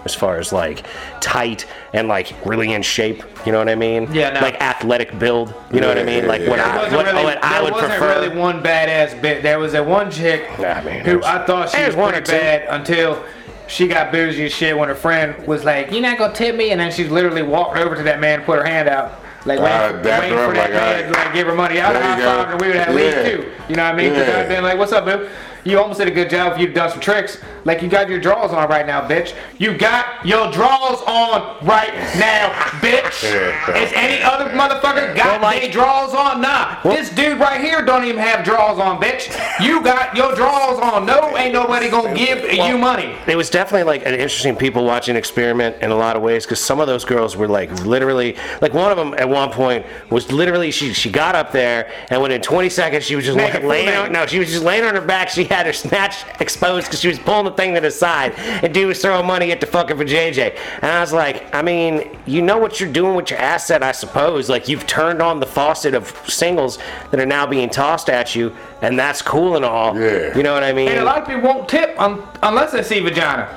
Speaker 1: as far as like tight and like really in shape you know what i mean
Speaker 2: Yeah, no.
Speaker 1: like athletic build you know what i
Speaker 3: Yeah,
Speaker 1: mean
Speaker 3: yeah,
Speaker 1: like
Speaker 3: yeah.
Speaker 1: what
Speaker 3: There
Speaker 2: There
Speaker 1: i
Speaker 2: wasn't
Speaker 1: what,
Speaker 2: really,
Speaker 1: what i
Speaker 2: there
Speaker 1: would
Speaker 2: wasn't
Speaker 1: prefer
Speaker 2: really one badass bit. There was that one chick
Speaker 1: Nah, man,
Speaker 2: who
Speaker 1: there's-
Speaker 2: I thought she
Speaker 1: there's
Speaker 2: was
Speaker 1: one or
Speaker 2: pretty
Speaker 1: two.
Speaker 2: bad until she got boozy as shit when her friend was like, "You're not gonna tip me," and then she literally walked over to that man, and put her hand out. Like waiting,
Speaker 3: Ah,
Speaker 2: for-
Speaker 3: that's
Speaker 2: waiting
Speaker 3: right,
Speaker 2: for that
Speaker 3: like,
Speaker 2: man to
Speaker 3: alright.
Speaker 2: like give her money. I would
Speaker 3: There
Speaker 2: high
Speaker 3: you
Speaker 2: five
Speaker 3: go.
Speaker 2: her and we would have
Speaker 3: Yeah.
Speaker 2: leave too. You know what I mean? 'Cause
Speaker 3: Yeah.
Speaker 2: I'd been like, "What's up, boo? You almost did a good job if you'd done some tricks. Like you got your drawers on right now, bitch. You got your drawers on right now, bitch.
Speaker 3: Yeah.
Speaker 2: Is any other motherfucker got
Speaker 1: Well, like-
Speaker 2: they draws on? Nah. This dude right here don't even have draws on, bitch. You got your draws on. No, ain't nobody gonna give you money.
Speaker 1: it was definitely like an interesting people watching experiment in a lot of ways because some of those girls were like literally like one of them at one point was literally she she got up there and within 20 seconds she was just like
Speaker 2: Naked,
Speaker 1: laying
Speaker 2: full
Speaker 1: on
Speaker 2: naked.
Speaker 1: no she was just laying on her back she had her snatch exposed because she was pulling the thing to the side and dude was throwing money at the fucking for JJ and I was like I mean you know what you're doing with your asset I suppose like you've turned on the faucet of singles that are now being tossed at you and that's cool and all
Speaker 3: Yeah.
Speaker 1: you know what I mean
Speaker 2: And a lot of people won't tip un- unless they see vagina.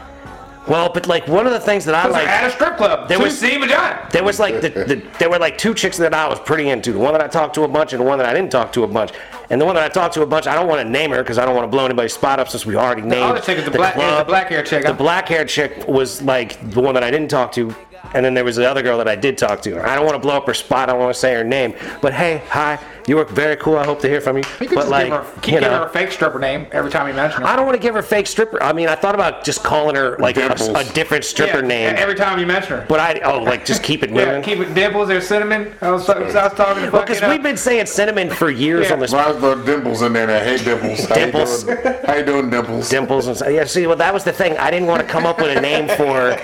Speaker 1: well but like one of the things that I
Speaker 2: Cause
Speaker 1: like
Speaker 2: they're at a strip club.
Speaker 1: there
Speaker 2: There
Speaker 1: was-
Speaker 2: was see vagina.
Speaker 1: There was like the, the there were like two chicks that I was pretty into. The one that I talked to a bunch and the one that I didn't talk to a bunch. And the one that I talked to a bunch, I don't want to name her because I don't want to blow anybody's spot up since we already named
Speaker 2: other chick is the black- is the black-haired chick,
Speaker 1: The
Speaker 2: huh?
Speaker 1: black haired chick was like the one that I didn't talk to. And then there was the other girl that I did talk to. I don't want to blow up her spot. I don't want to say her name. But hey, hi, you were very cool. I hope to hear from you.
Speaker 2: You could
Speaker 1: but
Speaker 2: just
Speaker 1: like,
Speaker 2: give her, keep
Speaker 1: you
Speaker 2: giving her
Speaker 1: know,
Speaker 2: a fake stripper name every time you mention her.
Speaker 1: I don't want to give her fake stripper. I mean, I thought about just calling her like a,
Speaker 3: Dimples.
Speaker 1: a different stripper name.
Speaker 2: Every time you mention her.
Speaker 1: but I oh like just keep it moving.
Speaker 2: Yeah, keep it dimples or cinnamon. I was, I was talking to
Speaker 1: Well,
Speaker 2: fucking,
Speaker 1: because
Speaker 2: uh,
Speaker 1: we've been saying cinnamon for years
Speaker 2: Yeah.
Speaker 1: on this
Speaker 3: Mine's the dimples in there. Now. Hey, dimples. How
Speaker 1: Dimples.
Speaker 3: You doing? How you doing, dimples?
Speaker 1: dimples and stuff. yeah. See, well, that was the thing. I didn't want to come up with a name for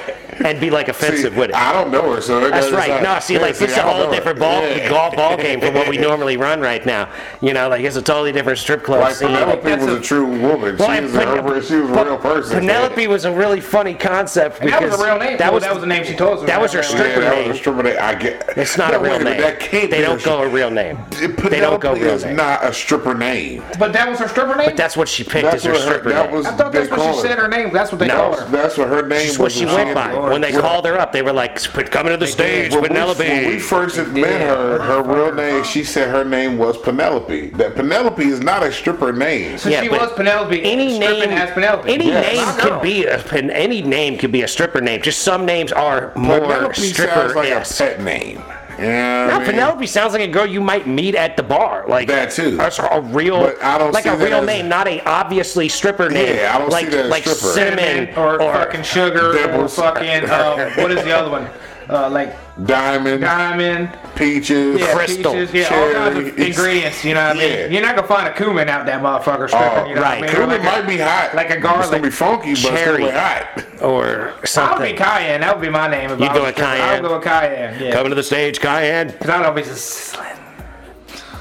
Speaker 1: and be like offensive
Speaker 3: See,
Speaker 1: with it.
Speaker 3: I don't know her, so it
Speaker 1: That's
Speaker 3: doesn't
Speaker 1: right.
Speaker 3: sound-
Speaker 1: No, see,
Speaker 3: Yeah,
Speaker 1: like this is a
Speaker 3: I don't
Speaker 1: whole
Speaker 3: know her.
Speaker 1: different ball
Speaker 3: Yeah.
Speaker 1: golf ball game from what we normally run right now. You know, like it's a totally different strip club
Speaker 3: Like
Speaker 1: scene.
Speaker 3: Penelope
Speaker 2: That's
Speaker 3: was a,
Speaker 2: a-
Speaker 3: true woman.
Speaker 1: Well,
Speaker 3: she,
Speaker 1: and
Speaker 3: was a,
Speaker 1: Pen-
Speaker 3: her- she was a real person.
Speaker 1: Penelope was a really funny concept
Speaker 2: that
Speaker 1: because
Speaker 2: was a real name.
Speaker 1: That
Speaker 2: Well,
Speaker 1: was,
Speaker 2: that was the name she told us.
Speaker 1: that was her
Speaker 2: Apparently.
Speaker 1: stripper
Speaker 3: Yeah, that
Speaker 1: name.
Speaker 3: was a stripper name. I get.
Speaker 1: It's not
Speaker 3: No,
Speaker 1: a real
Speaker 3: wait minute,
Speaker 1: name.
Speaker 3: That can't
Speaker 1: they
Speaker 3: be
Speaker 1: don't
Speaker 3: a
Speaker 1: go a real name.
Speaker 3: Penelope
Speaker 1: they don't go real
Speaker 3: is
Speaker 1: name.
Speaker 3: not a stripper name.
Speaker 2: But that was her stripper name.
Speaker 1: That's what she picked as
Speaker 3: That's
Speaker 1: her
Speaker 3: what her,
Speaker 1: stripper
Speaker 3: that
Speaker 1: name.
Speaker 3: was.
Speaker 2: I thought that's
Speaker 3: they
Speaker 2: what
Speaker 3: call
Speaker 2: she said her name. That's what they
Speaker 1: No.
Speaker 2: call
Speaker 3: That's,
Speaker 2: her.
Speaker 3: that's what her name
Speaker 1: That's
Speaker 3: was.
Speaker 1: what she went by. When they called her up, they were like, "Come to the stage,
Speaker 3: when We, when we
Speaker 1: Penelope."
Speaker 3: first met her, her real name, she said her name was Penelope. That Penelope is not a stripper name.
Speaker 2: So she
Speaker 1: but
Speaker 2: was Penelope.
Speaker 1: Any
Speaker 2: stripping
Speaker 1: name,
Speaker 2: as Penelope.
Speaker 1: any
Speaker 3: Yes.
Speaker 1: name
Speaker 2: I
Speaker 1: could
Speaker 2: know.
Speaker 1: be a pen- any name could be a stripper name. Just some names are more
Speaker 3: Penelope
Speaker 1: stripper
Speaker 3: sounds like
Speaker 1: esque.
Speaker 3: a pet name. Yeah,
Speaker 1: Now, Penelope sounds like a girl you might meet at the bar, like
Speaker 3: That too.
Speaker 1: That's a real,
Speaker 3: But I don't
Speaker 1: like
Speaker 3: see
Speaker 1: a
Speaker 3: that
Speaker 1: real
Speaker 3: as-
Speaker 1: name, not a obviously stripper name.
Speaker 3: Yeah, I don't see
Speaker 1: like,
Speaker 3: that as
Speaker 1: like
Speaker 3: stripper.
Speaker 1: cinnamon
Speaker 2: or, fucking sugar or
Speaker 3: Dimples.
Speaker 2: fucking um, what is the other one? uh, like
Speaker 3: Diamond,
Speaker 2: diamond,
Speaker 3: peaches,
Speaker 2: yeah,
Speaker 1: Crystal,
Speaker 2: peaches, yeah, all kinds of
Speaker 3: cherry.
Speaker 2: ingredients. You know what I mean?
Speaker 3: Yeah.
Speaker 2: You're not gonna find a cumin out that motherfucker stripping.
Speaker 3: Oh,
Speaker 2: you know
Speaker 1: right.
Speaker 2: What I mean? Or like
Speaker 3: Cumin
Speaker 2: a-
Speaker 3: might be hot.
Speaker 2: like a
Speaker 3: It's gonna
Speaker 2: garlic
Speaker 3: be funky, but it's
Speaker 1: cherry.
Speaker 3: gonna be hot.
Speaker 1: or
Speaker 2: I'll be
Speaker 1: something.
Speaker 2: cayenne. That would be my name. If
Speaker 1: You
Speaker 2: I was
Speaker 1: doing
Speaker 2: stripping.
Speaker 1: cayenne?
Speaker 2: I'll go with cayenne. Yeah.
Speaker 1: Coming to the stage, Cayenne.
Speaker 2: Cause I'd always just slim.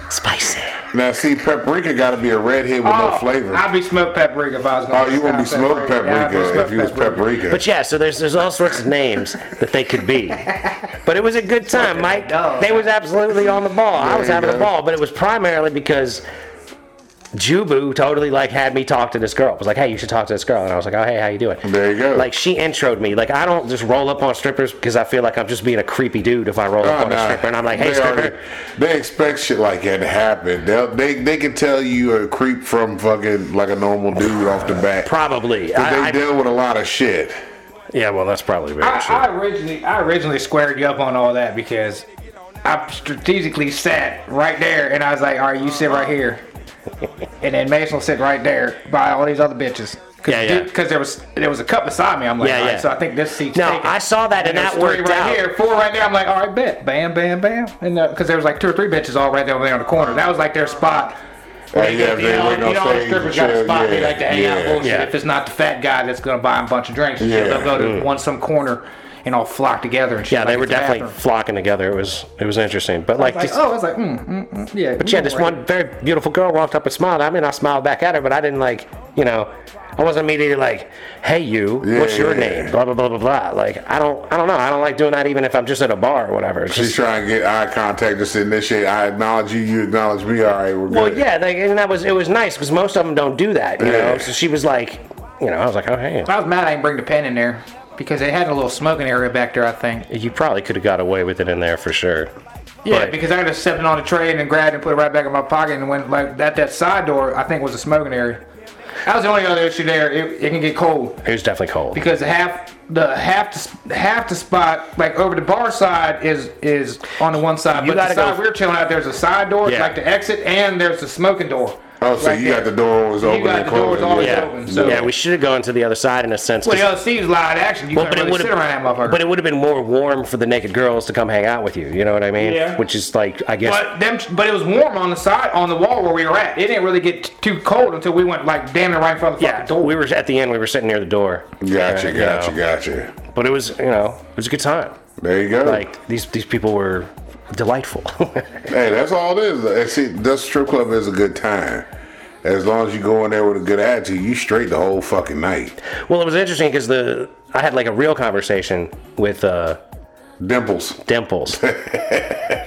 Speaker 1: Spicy.
Speaker 3: Now, see, paprika got to be a redhead with no flavor.
Speaker 2: I'd Oh, be smoked paprika if I was.
Speaker 3: oh,
Speaker 2: Gonna
Speaker 3: you wouldn't be smoked paprika, if you was paprika.
Speaker 1: But yeah, so there's there's all sorts of names that they could be. But it was a good time, Mike.
Speaker 2: dog.
Speaker 1: They was absolutely on the ball. I
Speaker 3: There
Speaker 1: was
Speaker 3: you
Speaker 1: having a
Speaker 3: go.
Speaker 1: ball, but it was primarily because Jubu totally like had me talk to this girl. Was like, hey, you should talk to this girl, and I was like, oh hey, how you doing?
Speaker 3: There you go.
Speaker 1: Like she introed me. Like I don't just roll up on strippers because I feel like I'm just being a creepy dude if I roll up
Speaker 3: Oh,
Speaker 1: on a
Speaker 3: nah.
Speaker 1: stripper and I'm like, hey,
Speaker 3: they,
Speaker 1: stripper.
Speaker 3: already- they expect shit like that to happen. They'll, they they can tell you a creep from fucking like a normal dude off the bat.
Speaker 1: Probably.
Speaker 3: 'Cause they
Speaker 1: I, I,
Speaker 3: deal with a lot of shit.
Speaker 1: yeah, well, that's probably very true.
Speaker 2: I, I originally, I originally squared you up on all that because I strategically sat right there, and I was like, "All right, you sit right here," and then Mason will sit right there by all these other bitches. Cause
Speaker 1: Yeah, yeah.
Speaker 2: Because there was there was a cup beside me. I'm like,
Speaker 1: Yeah,
Speaker 2: all right,
Speaker 1: yeah.
Speaker 2: so I think this seat's
Speaker 1: No,
Speaker 2: taken.
Speaker 1: I saw that, and
Speaker 2: there
Speaker 1: that
Speaker 2: was three
Speaker 1: worked
Speaker 2: right
Speaker 1: out.
Speaker 2: here, four right there. I'm like, all right, bet, bam, bam, bam, and because there was like two or three bitches all right there over there on the corner. That was like their spot.
Speaker 3: Like, yeah,
Speaker 2: you
Speaker 3: they
Speaker 2: know,
Speaker 3: wait on
Speaker 2: you know, all the
Speaker 3: stage
Speaker 2: strippers
Speaker 3: and
Speaker 2: got a
Speaker 3: chill,
Speaker 2: spot they
Speaker 3: yeah,
Speaker 2: like to hang out
Speaker 3: yeah.
Speaker 2: bullshit.
Speaker 1: Yeah.
Speaker 2: If it's not the fat guy that's gonna buy them a bunch of drinks, and shit,
Speaker 3: Yeah. mm.
Speaker 2: they'll go to one some corner and all flock together and shit.
Speaker 1: Yeah, they
Speaker 2: like
Speaker 1: were
Speaker 2: it's a
Speaker 1: definitely
Speaker 2: bathroom.
Speaker 1: flocking together. It was it was interesting. But like,
Speaker 2: Like,
Speaker 1: this,
Speaker 2: oh, I was like, mm, mm, mm, yeah.
Speaker 1: but yeah, this one very beautiful girl walked up and smiled. I mean, I smiled back at her, but I didn't like, you know, I wasn't immediately like, "Hey, you, what's your
Speaker 3: Yeah.
Speaker 1: name?" Blah blah blah blah blah. Like, I don't, I don't know. I don't like doing that, even if I'm just at a bar or whatever. It's
Speaker 3: She's
Speaker 1: just,
Speaker 3: trying to get eye contact, just initiate. I acknowledge you, you acknowledge me. All right, we're good.
Speaker 1: well, yeah, like, and that was it was nice because most of them don't do that, you
Speaker 3: Yeah.
Speaker 1: know. So she was like, you know, I was like, "Oh, hey,
Speaker 2: I was mad I didn't bring the pen in there because they had a little smoking area back there, I think.
Speaker 1: you probably could have got away with it in there for sure."
Speaker 2: Yeah,
Speaker 1: But-
Speaker 2: because I could have stepped it on the tray and then grabbed it and put it right back in my pocket and went like that. That side door, I think, was a smoking area. That was the only other issue there. It, it can get cold.
Speaker 1: it was definitely cold.
Speaker 2: because the half the half the, half the spot like over the bar side is is on the one side,
Speaker 1: You
Speaker 2: but the
Speaker 1: gotta go-
Speaker 2: side we're chilling out there's a side door,
Speaker 1: Yeah.
Speaker 2: like the exit, and there's the smoking door.
Speaker 3: Oh, so
Speaker 2: right
Speaker 3: you got
Speaker 2: there.
Speaker 3: the door always open
Speaker 2: got
Speaker 3: and
Speaker 2: the doors
Speaker 3: closed.
Speaker 2: always
Speaker 1: yeah,
Speaker 2: open, so-
Speaker 1: yeah, we should have gone to the other side in a sense. 'cause-
Speaker 2: Well, the LC's live action. You
Speaker 1: Well,
Speaker 2: can't
Speaker 1: but it
Speaker 2: really
Speaker 1: would
Speaker 2: sit around
Speaker 1: have,
Speaker 2: that motherfucker.
Speaker 1: but it would have been more warm for the naked girls to come hang out with you. You know what I mean?
Speaker 2: Yeah.
Speaker 1: Which is like, I guess.
Speaker 2: But them, but it was warm on the side on the wall where we were at. It didn't really get t- too cold until we went like damn near right in front of the
Speaker 1: yeah,
Speaker 2: fucking door.
Speaker 1: we were at the end. We were sitting near the door.
Speaker 3: Gotcha,
Speaker 1: Uh, you
Speaker 3: gotcha,
Speaker 1: know.
Speaker 3: gotcha.
Speaker 1: But it was, you know, it was a good time.
Speaker 3: There you go.
Speaker 1: Like these these people were delightful.
Speaker 3: Hey, that's all it is. And see, that strip club is a good time. As long as you go in there with a good attitude, you straight the whole fucking night.
Speaker 1: well, it was interesting because the I had like a real conversation with uh,
Speaker 3: Dimples.
Speaker 1: Dimples,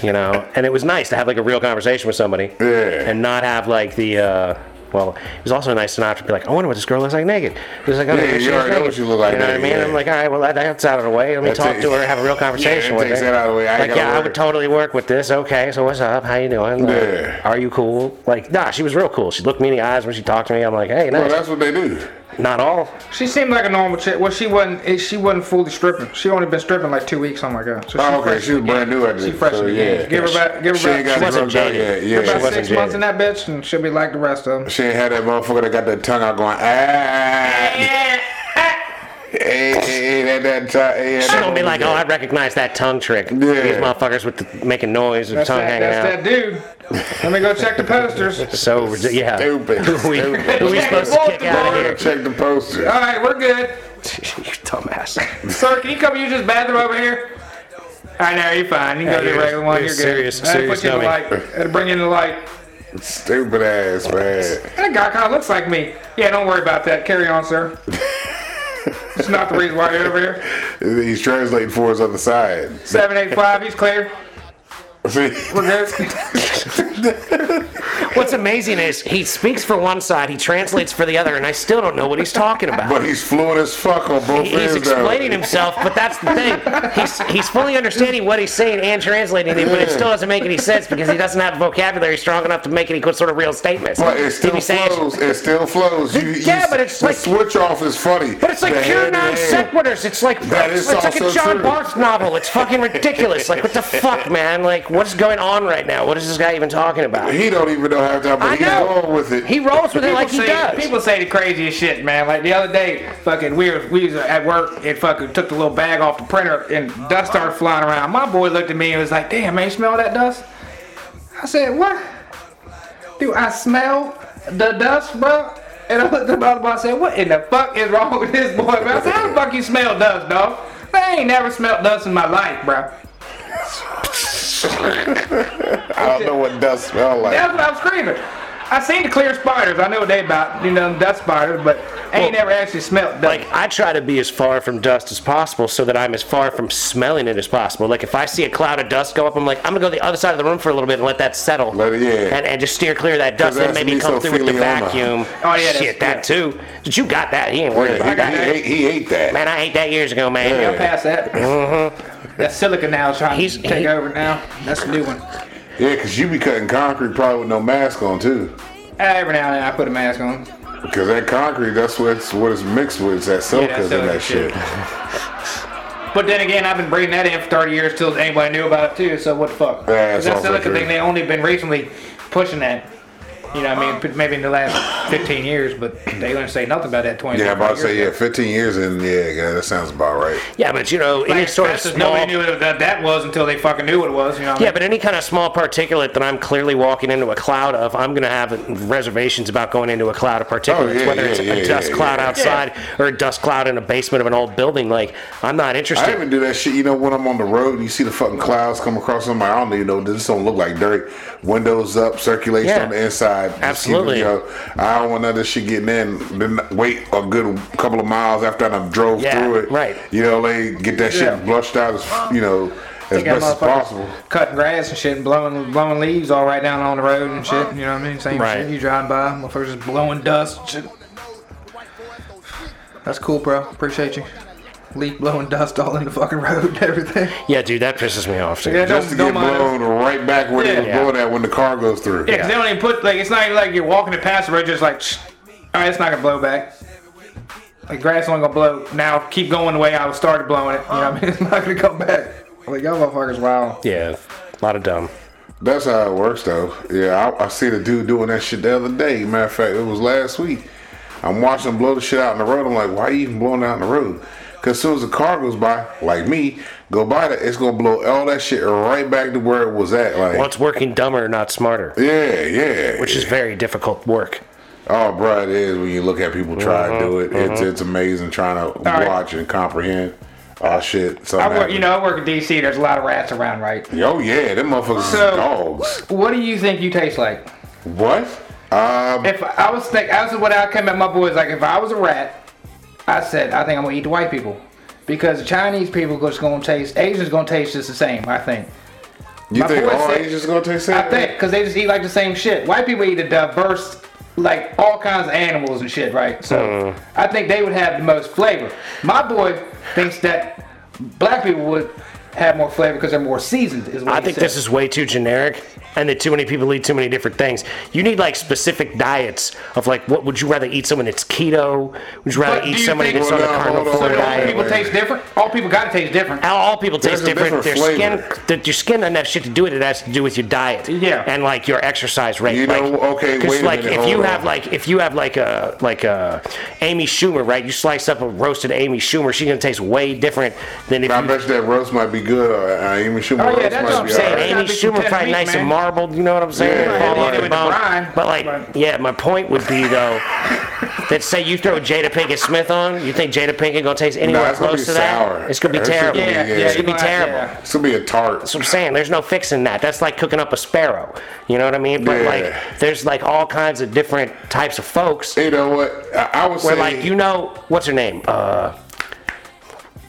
Speaker 1: you know, and it was nice to have like a real conversation with somebody
Speaker 3: Yeah.
Speaker 1: and not have like the. Uh, well, it was also nice to not to be like, I wonder what this girl looks like naked. It was like, oh,
Speaker 3: Yeah,
Speaker 1: maybe
Speaker 3: you
Speaker 1: she looks
Speaker 3: already know
Speaker 1: naked.
Speaker 3: what she look like
Speaker 1: You know what I
Speaker 3: naked,
Speaker 1: mean?
Speaker 3: yeah.
Speaker 1: I'm like, all right, well, that, that's out of the way. Let me
Speaker 3: That
Speaker 1: talk
Speaker 3: takes-
Speaker 1: to her, have a real conversation
Speaker 3: Yeah, it
Speaker 1: with
Speaker 3: takes
Speaker 1: her.
Speaker 3: that out of the way. I ain't
Speaker 1: like,
Speaker 3: gotta
Speaker 1: yeah, I
Speaker 3: worry.
Speaker 1: would totally work with this. Okay, so what's up? How you doing? Like,
Speaker 3: Yeah.
Speaker 1: Are you cool? Like, nah, she was real cool. She looked me in the eyes when she talked to me. I'm like, hey,
Speaker 3: Well,
Speaker 1: nice.
Speaker 3: that's what they do.
Speaker 1: not all.
Speaker 2: She seemed like a normal chick. Well, she wasn't. eh, She wasn't fully stripping. She only been stripping like two weeks, something like that. So
Speaker 3: Oh, okay,
Speaker 2: fresh
Speaker 3: she was
Speaker 2: in the
Speaker 3: brand
Speaker 2: game.
Speaker 3: new at this.
Speaker 2: She fresh in
Speaker 3: so,
Speaker 2: the
Speaker 3: yeah.
Speaker 2: game. Give her back. Give her
Speaker 3: She
Speaker 2: back.
Speaker 3: ain't got
Speaker 1: She wasn't
Speaker 3: drugged out yet.
Speaker 1: jaded.
Speaker 3: Yeah.
Speaker 2: about
Speaker 1: She wasn't
Speaker 2: six
Speaker 1: jaded.
Speaker 2: months in that bitch, and she'll be like the rest of them.
Speaker 3: She ain't had that motherfucker that got that tongue out going, ah. Hey, hey, hey, at eh, that time. Hey,
Speaker 1: She's gonna be like, oh, I recognize that tongue trick.
Speaker 3: Yeah.
Speaker 1: These motherfuckers with the, making noise and
Speaker 2: That's,
Speaker 1: tongue
Speaker 2: that,
Speaker 1: hanging out.
Speaker 2: that's that dude. Let me go check the posters.
Speaker 1: So ridi- yeah,
Speaker 3: Stupid.
Speaker 1: who we,
Speaker 3: Stupid.
Speaker 1: who we supposed to kick out of here?
Speaker 3: Check the poster.
Speaker 2: All right, we're good.
Speaker 1: you dumbass.
Speaker 2: Sir, can you come use this bathroom over here? I know you're fine. You can go to
Speaker 1: you're-
Speaker 2: the regular one.
Speaker 1: you're
Speaker 2: You're,
Speaker 1: serious-
Speaker 2: good. I had to
Speaker 1: serious
Speaker 2: put you in the
Speaker 1: dummy.
Speaker 2: light. I had to bring you in the light.
Speaker 3: Stupid ass, man.
Speaker 2: That guy kind of looks like me. Yeah, don't worry about that. Carry on, sir. It's not the reason why you're over here.
Speaker 3: He's translating for his other side.
Speaker 2: Seven eight five. He's clear.
Speaker 3: See?
Speaker 2: We're good.
Speaker 1: What's amazing is he speaks for one side, he translates for the other, and I still don't know what he's talking about.
Speaker 3: But he's fluent as fuck on both
Speaker 1: He- He's
Speaker 3: ends. though.
Speaker 1: explaining himself, but that's the thing. He's, he's fully understanding what he's saying and translating it, but it still doesn't make any sense because he doesn't have vocabulary strong enough to make any sort of real statements.
Speaker 3: But it
Speaker 1: He'd
Speaker 3: still
Speaker 1: be saying-
Speaker 3: flows. It still flows. You,
Speaker 1: Yeah,
Speaker 3: you-
Speaker 1: but it's
Speaker 3: the
Speaker 1: like-
Speaker 3: switch off is funny.
Speaker 1: But it's like
Speaker 3: The
Speaker 1: pure
Speaker 3: hand to
Speaker 1: non
Speaker 3: hand.
Speaker 1: sequiturs. It's like
Speaker 3: That is
Speaker 1: it's like a
Speaker 3: also
Speaker 1: John
Speaker 3: true.
Speaker 1: Barth novel. It's fucking ridiculous. like what the fuck, man? Like what is going on right now? What is this guy even talking about.
Speaker 3: He don't even know half time, but
Speaker 1: I
Speaker 3: he's
Speaker 1: know.
Speaker 3: going with it.
Speaker 1: He rolls with it like he
Speaker 2: say,
Speaker 1: does.
Speaker 2: People say the craziest shit, man. Like the other day, fucking, we were, we was at work and fucking took the little bag off the printer and dust started flying around. My boy looked at me and was like, "Damn, man, you smell that dust?" I said, "What? Do I smell the dust, bro?" And I looked at my boy. I said, "What in the fuck is wrong with this boy, man?" I said, "How the fuck you smell dust, dog? I ain't never smelled dust in my life, bro."
Speaker 3: I don't know what dust smell like.
Speaker 2: That's what I'm screaming. I seen the clear spiders. I know what they about, you know, dust spiders, but I ain't never actually smelt dust.
Speaker 1: Like I try to be as far from dust as possible, so that I'm as far from smelling it as possible. Like if I see a cloud of dust go up, I'm like, I'm gonna go to the other side of the room for a little bit and let that settle,
Speaker 3: Let it- yeah.
Speaker 1: and, and just steer clear of that dust, and
Speaker 3: that's
Speaker 1: maybe
Speaker 3: me,
Speaker 1: come
Speaker 3: so
Speaker 1: through with the
Speaker 3: feeling on the-
Speaker 1: vacuum.
Speaker 2: Oh, yeah, that's-
Speaker 1: shit, that too. But you got that. He ain't worried about
Speaker 3: Yeah,
Speaker 1: that.
Speaker 3: he, he, ate, he ate that.
Speaker 1: Man, I ate that years ago, man.
Speaker 2: Y'all past that.
Speaker 3: Mm-hmm.
Speaker 2: That silica now is trying
Speaker 1: He's-
Speaker 2: to take
Speaker 1: he-
Speaker 2: over now. That's a new one.
Speaker 3: Yeah, because you be cutting concrete probably with no mask on too.
Speaker 2: Every now and then I put a mask on.
Speaker 3: Because that concrete, that's what it's, what it's mixed with. It's that
Speaker 2: Yeah,
Speaker 3: silica
Speaker 2: that
Speaker 3: and
Speaker 2: silica
Speaker 3: that shit.
Speaker 2: But then again, I've been breeding that in for 30 years till anybody knew about it too. So what the fuck?
Speaker 3: Yeah, that's
Speaker 2: 'Cause that
Speaker 3: also
Speaker 2: silica
Speaker 3: true.
Speaker 2: thing, they only been recently pushing that. You know, what I mean,
Speaker 3: Uh-huh.
Speaker 2: P- maybe in the last 15 years, but they didn't say nothing about that 20.
Speaker 3: Yeah, I'm about to
Speaker 2: 25
Speaker 3: say
Speaker 2: years
Speaker 3: yeah. 15 years in. Yeah, yeah, that sounds about right.
Speaker 1: Yeah, but you know,
Speaker 2: ago.
Speaker 1: any
Speaker 2: Like,
Speaker 1: sort of
Speaker 2: fast as
Speaker 1: small.
Speaker 2: Nobody knew what that, that was until they fucking knew what it was. You know. What
Speaker 1: Yeah, but any kind of small particulate that I'm clearly walking into a cloud of, I'm going to have reservations about going into a cloud of particulates,
Speaker 3: Oh, yeah,
Speaker 1: whether it's
Speaker 3: yeah,
Speaker 1: a
Speaker 3: yeah,
Speaker 1: dust
Speaker 3: yeah,
Speaker 1: cloud
Speaker 3: yeah.
Speaker 1: outside or a dust cloud in a basement of an old building. Like, I'm not
Speaker 3: I
Speaker 1: interested.
Speaker 3: even do that shit. You know, when I'm on the road and you see the fucking clouds come across, I'm like, I don't even know. This don't look like dirt. Windows up, circulation
Speaker 1: Yeah.
Speaker 3: on the inside. Just keep it,
Speaker 1: Absolutely.
Speaker 3: you know, I don't want none of this shit getting in. Then wait a good couple of miles after I done drove
Speaker 1: Yeah,
Speaker 3: through it.
Speaker 1: right.
Speaker 3: You know, like get that
Speaker 2: Yeah.
Speaker 3: shit blushed out as you know as
Speaker 2: They got
Speaker 3: best as
Speaker 2: motherfuckers
Speaker 3: possible.
Speaker 2: Cutting grass and shit and blowing blowing leaves all right down on the road and shit. You know what I mean? Same
Speaker 1: Right.
Speaker 2: shit. You driving by, motherfuckers just blowing dust and shit. That's cool, bro. Appreciate you. Leaf blowing dust all in the fucking road and everything.
Speaker 1: Yeah, dude, that pisses me off, too.
Speaker 2: Yeah,
Speaker 3: Just to
Speaker 2: Don't-
Speaker 3: get
Speaker 2: don't mind
Speaker 3: blown right back where
Speaker 2: Yeah.
Speaker 3: they was blowing at when the car goes through.
Speaker 2: Yeah, 'cause they don't even put like it's not even like you're walking it past the road, just like, "Shh, all right, it's not gonna blow back. Like grass only gonna blow. Now keep going the way I started blowing it. You know what I mean? It's not gonna come back. Like y'all motherfuckers, wow.
Speaker 1: Yeah, a lot of dumb.
Speaker 3: That's how it works, though. Yeah, I, I see the dude doing that shit the other day. Matter of fact, it was last week. I'm watching him blow the shit out in the road. I'm like, why you even blowing out in the road? Because as soon as the car goes by, like me, go by that, it's going to blow all that shit right back to where it was at. Like,
Speaker 1: Well, it's working dumber, not smarter,
Speaker 3: yeah, yeah.
Speaker 1: which is very difficult work.
Speaker 3: oh, bro, it is when you look at people try to do it.
Speaker 1: Mm-hmm,
Speaker 3: It's, it's amazing trying to
Speaker 2: right.
Speaker 3: watch and comprehend. Oh, shit. something
Speaker 2: I work, you
Speaker 3: happened.
Speaker 2: know, I work in D.C. There's a lot of rats around, right?
Speaker 3: Oh, yeah, them motherfuckers is
Speaker 2: So-
Speaker 3: dogs.
Speaker 2: What do you think you taste like?
Speaker 3: What? Um,
Speaker 2: If I was think, I was what I came at my boys like. If I was a rat, I said I think I'm gonna eat the white people because the Chinese people just gonna taste Asians gonna taste just the same. I think.
Speaker 3: you
Speaker 2: my
Speaker 3: think
Speaker 2: boy
Speaker 3: all
Speaker 2: said-
Speaker 3: Asians going to taste
Speaker 2: I
Speaker 3: that?
Speaker 2: think because they just eat like the same shit. White people eat a diverse, like all kinds of animals and shit, right? So
Speaker 1: Mm.
Speaker 2: I think they would have the most flavor. My boy thinks that black people would have more flavor because they're more seasoned. Is what
Speaker 1: I
Speaker 2: he
Speaker 1: think
Speaker 2: said.
Speaker 1: this is way too generic, and that too many people eat too many different things. You need like specific diets of like, what would you rather eat? Someone that's keto? Would you rather
Speaker 2: But
Speaker 1: eat
Speaker 2: do you
Speaker 1: somebody
Speaker 2: think-
Speaker 1: that's on a
Speaker 3: Well, no, hold
Speaker 1: carnivore
Speaker 3: on,
Speaker 2: So do
Speaker 3: hold on.
Speaker 2: all
Speaker 1: diet?
Speaker 2: people taste different? All people gotta taste different.
Speaker 1: All- all people taste
Speaker 3: There's a
Speaker 1: different.
Speaker 3: different
Speaker 1: Their
Speaker 3: flavor.
Speaker 1: skin, th- your skin doesn't have shit to do with it. It has to do with your diet.
Speaker 2: Yeah.
Speaker 1: And like your exercise rate.
Speaker 3: You
Speaker 1: like,
Speaker 3: know, okay,
Speaker 1: 'cause,
Speaker 3: wait a
Speaker 1: like
Speaker 3: minute,
Speaker 1: if you
Speaker 3: hold
Speaker 1: have
Speaker 3: on.
Speaker 1: like if you have like a like a Amy Schumer, right? You slice up a roasted Amy Schumer, she's gonna taste way different than if
Speaker 3: I
Speaker 1: you.
Speaker 3: bet you that roast might be good. Or uh, Amy Schumer
Speaker 2: Oh, yeah,
Speaker 3: roast
Speaker 2: that's
Speaker 3: might
Speaker 2: what I'm saying.
Speaker 3: be all
Speaker 1: Say
Speaker 2: Right.
Speaker 1: Amy
Speaker 2: Gotta be some
Speaker 1: Schumer, probably
Speaker 2: technique,
Speaker 1: nice and
Speaker 2: man.
Speaker 1: marbled. You know what I'm saying?
Speaker 3: Yeah,
Speaker 1: Fall
Speaker 3: yeah,
Speaker 1: off
Speaker 3: yeah,
Speaker 1: the
Speaker 2: with the
Speaker 1: bone.
Speaker 2: brine.
Speaker 1: But like,
Speaker 2: Right.
Speaker 1: yeah, my point would be though. That say you throw Jada Pinkett Smith on, you think Jada Pinkett gonna taste anywhere
Speaker 3: it's gonna
Speaker 1: close
Speaker 3: be
Speaker 1: to
Speaker 3: sour.
Speaker 1: that? It's gonna be
Speaker 3: It's gonna
Speaker 1: terrible.
Speaker 3: be-
Speaker 2: yeah,
Speaker 3: Yeah,
Speaker 2: yeah,
Speaker 3: it's
Speaker 2: you
Speaker 1: gonna be
Speaker 2: gonna have-
Speaker 1: terrible.
Speaker 2: yeah.
Speaker 3: It's gonna be a tart.
Speaker 1: That's what I'm saying. There's no fixing that. That's like cooking up a sparrow. You know what I mean? But
Speaker 3: Yeah.
Speaker 1: like, there's like all kinds of different types of folks.
Speaker 3: You know what? I, I would
Speaker 1: Where
Speaker 3: say
Speaker 1: like, you know, what's her name? Uh,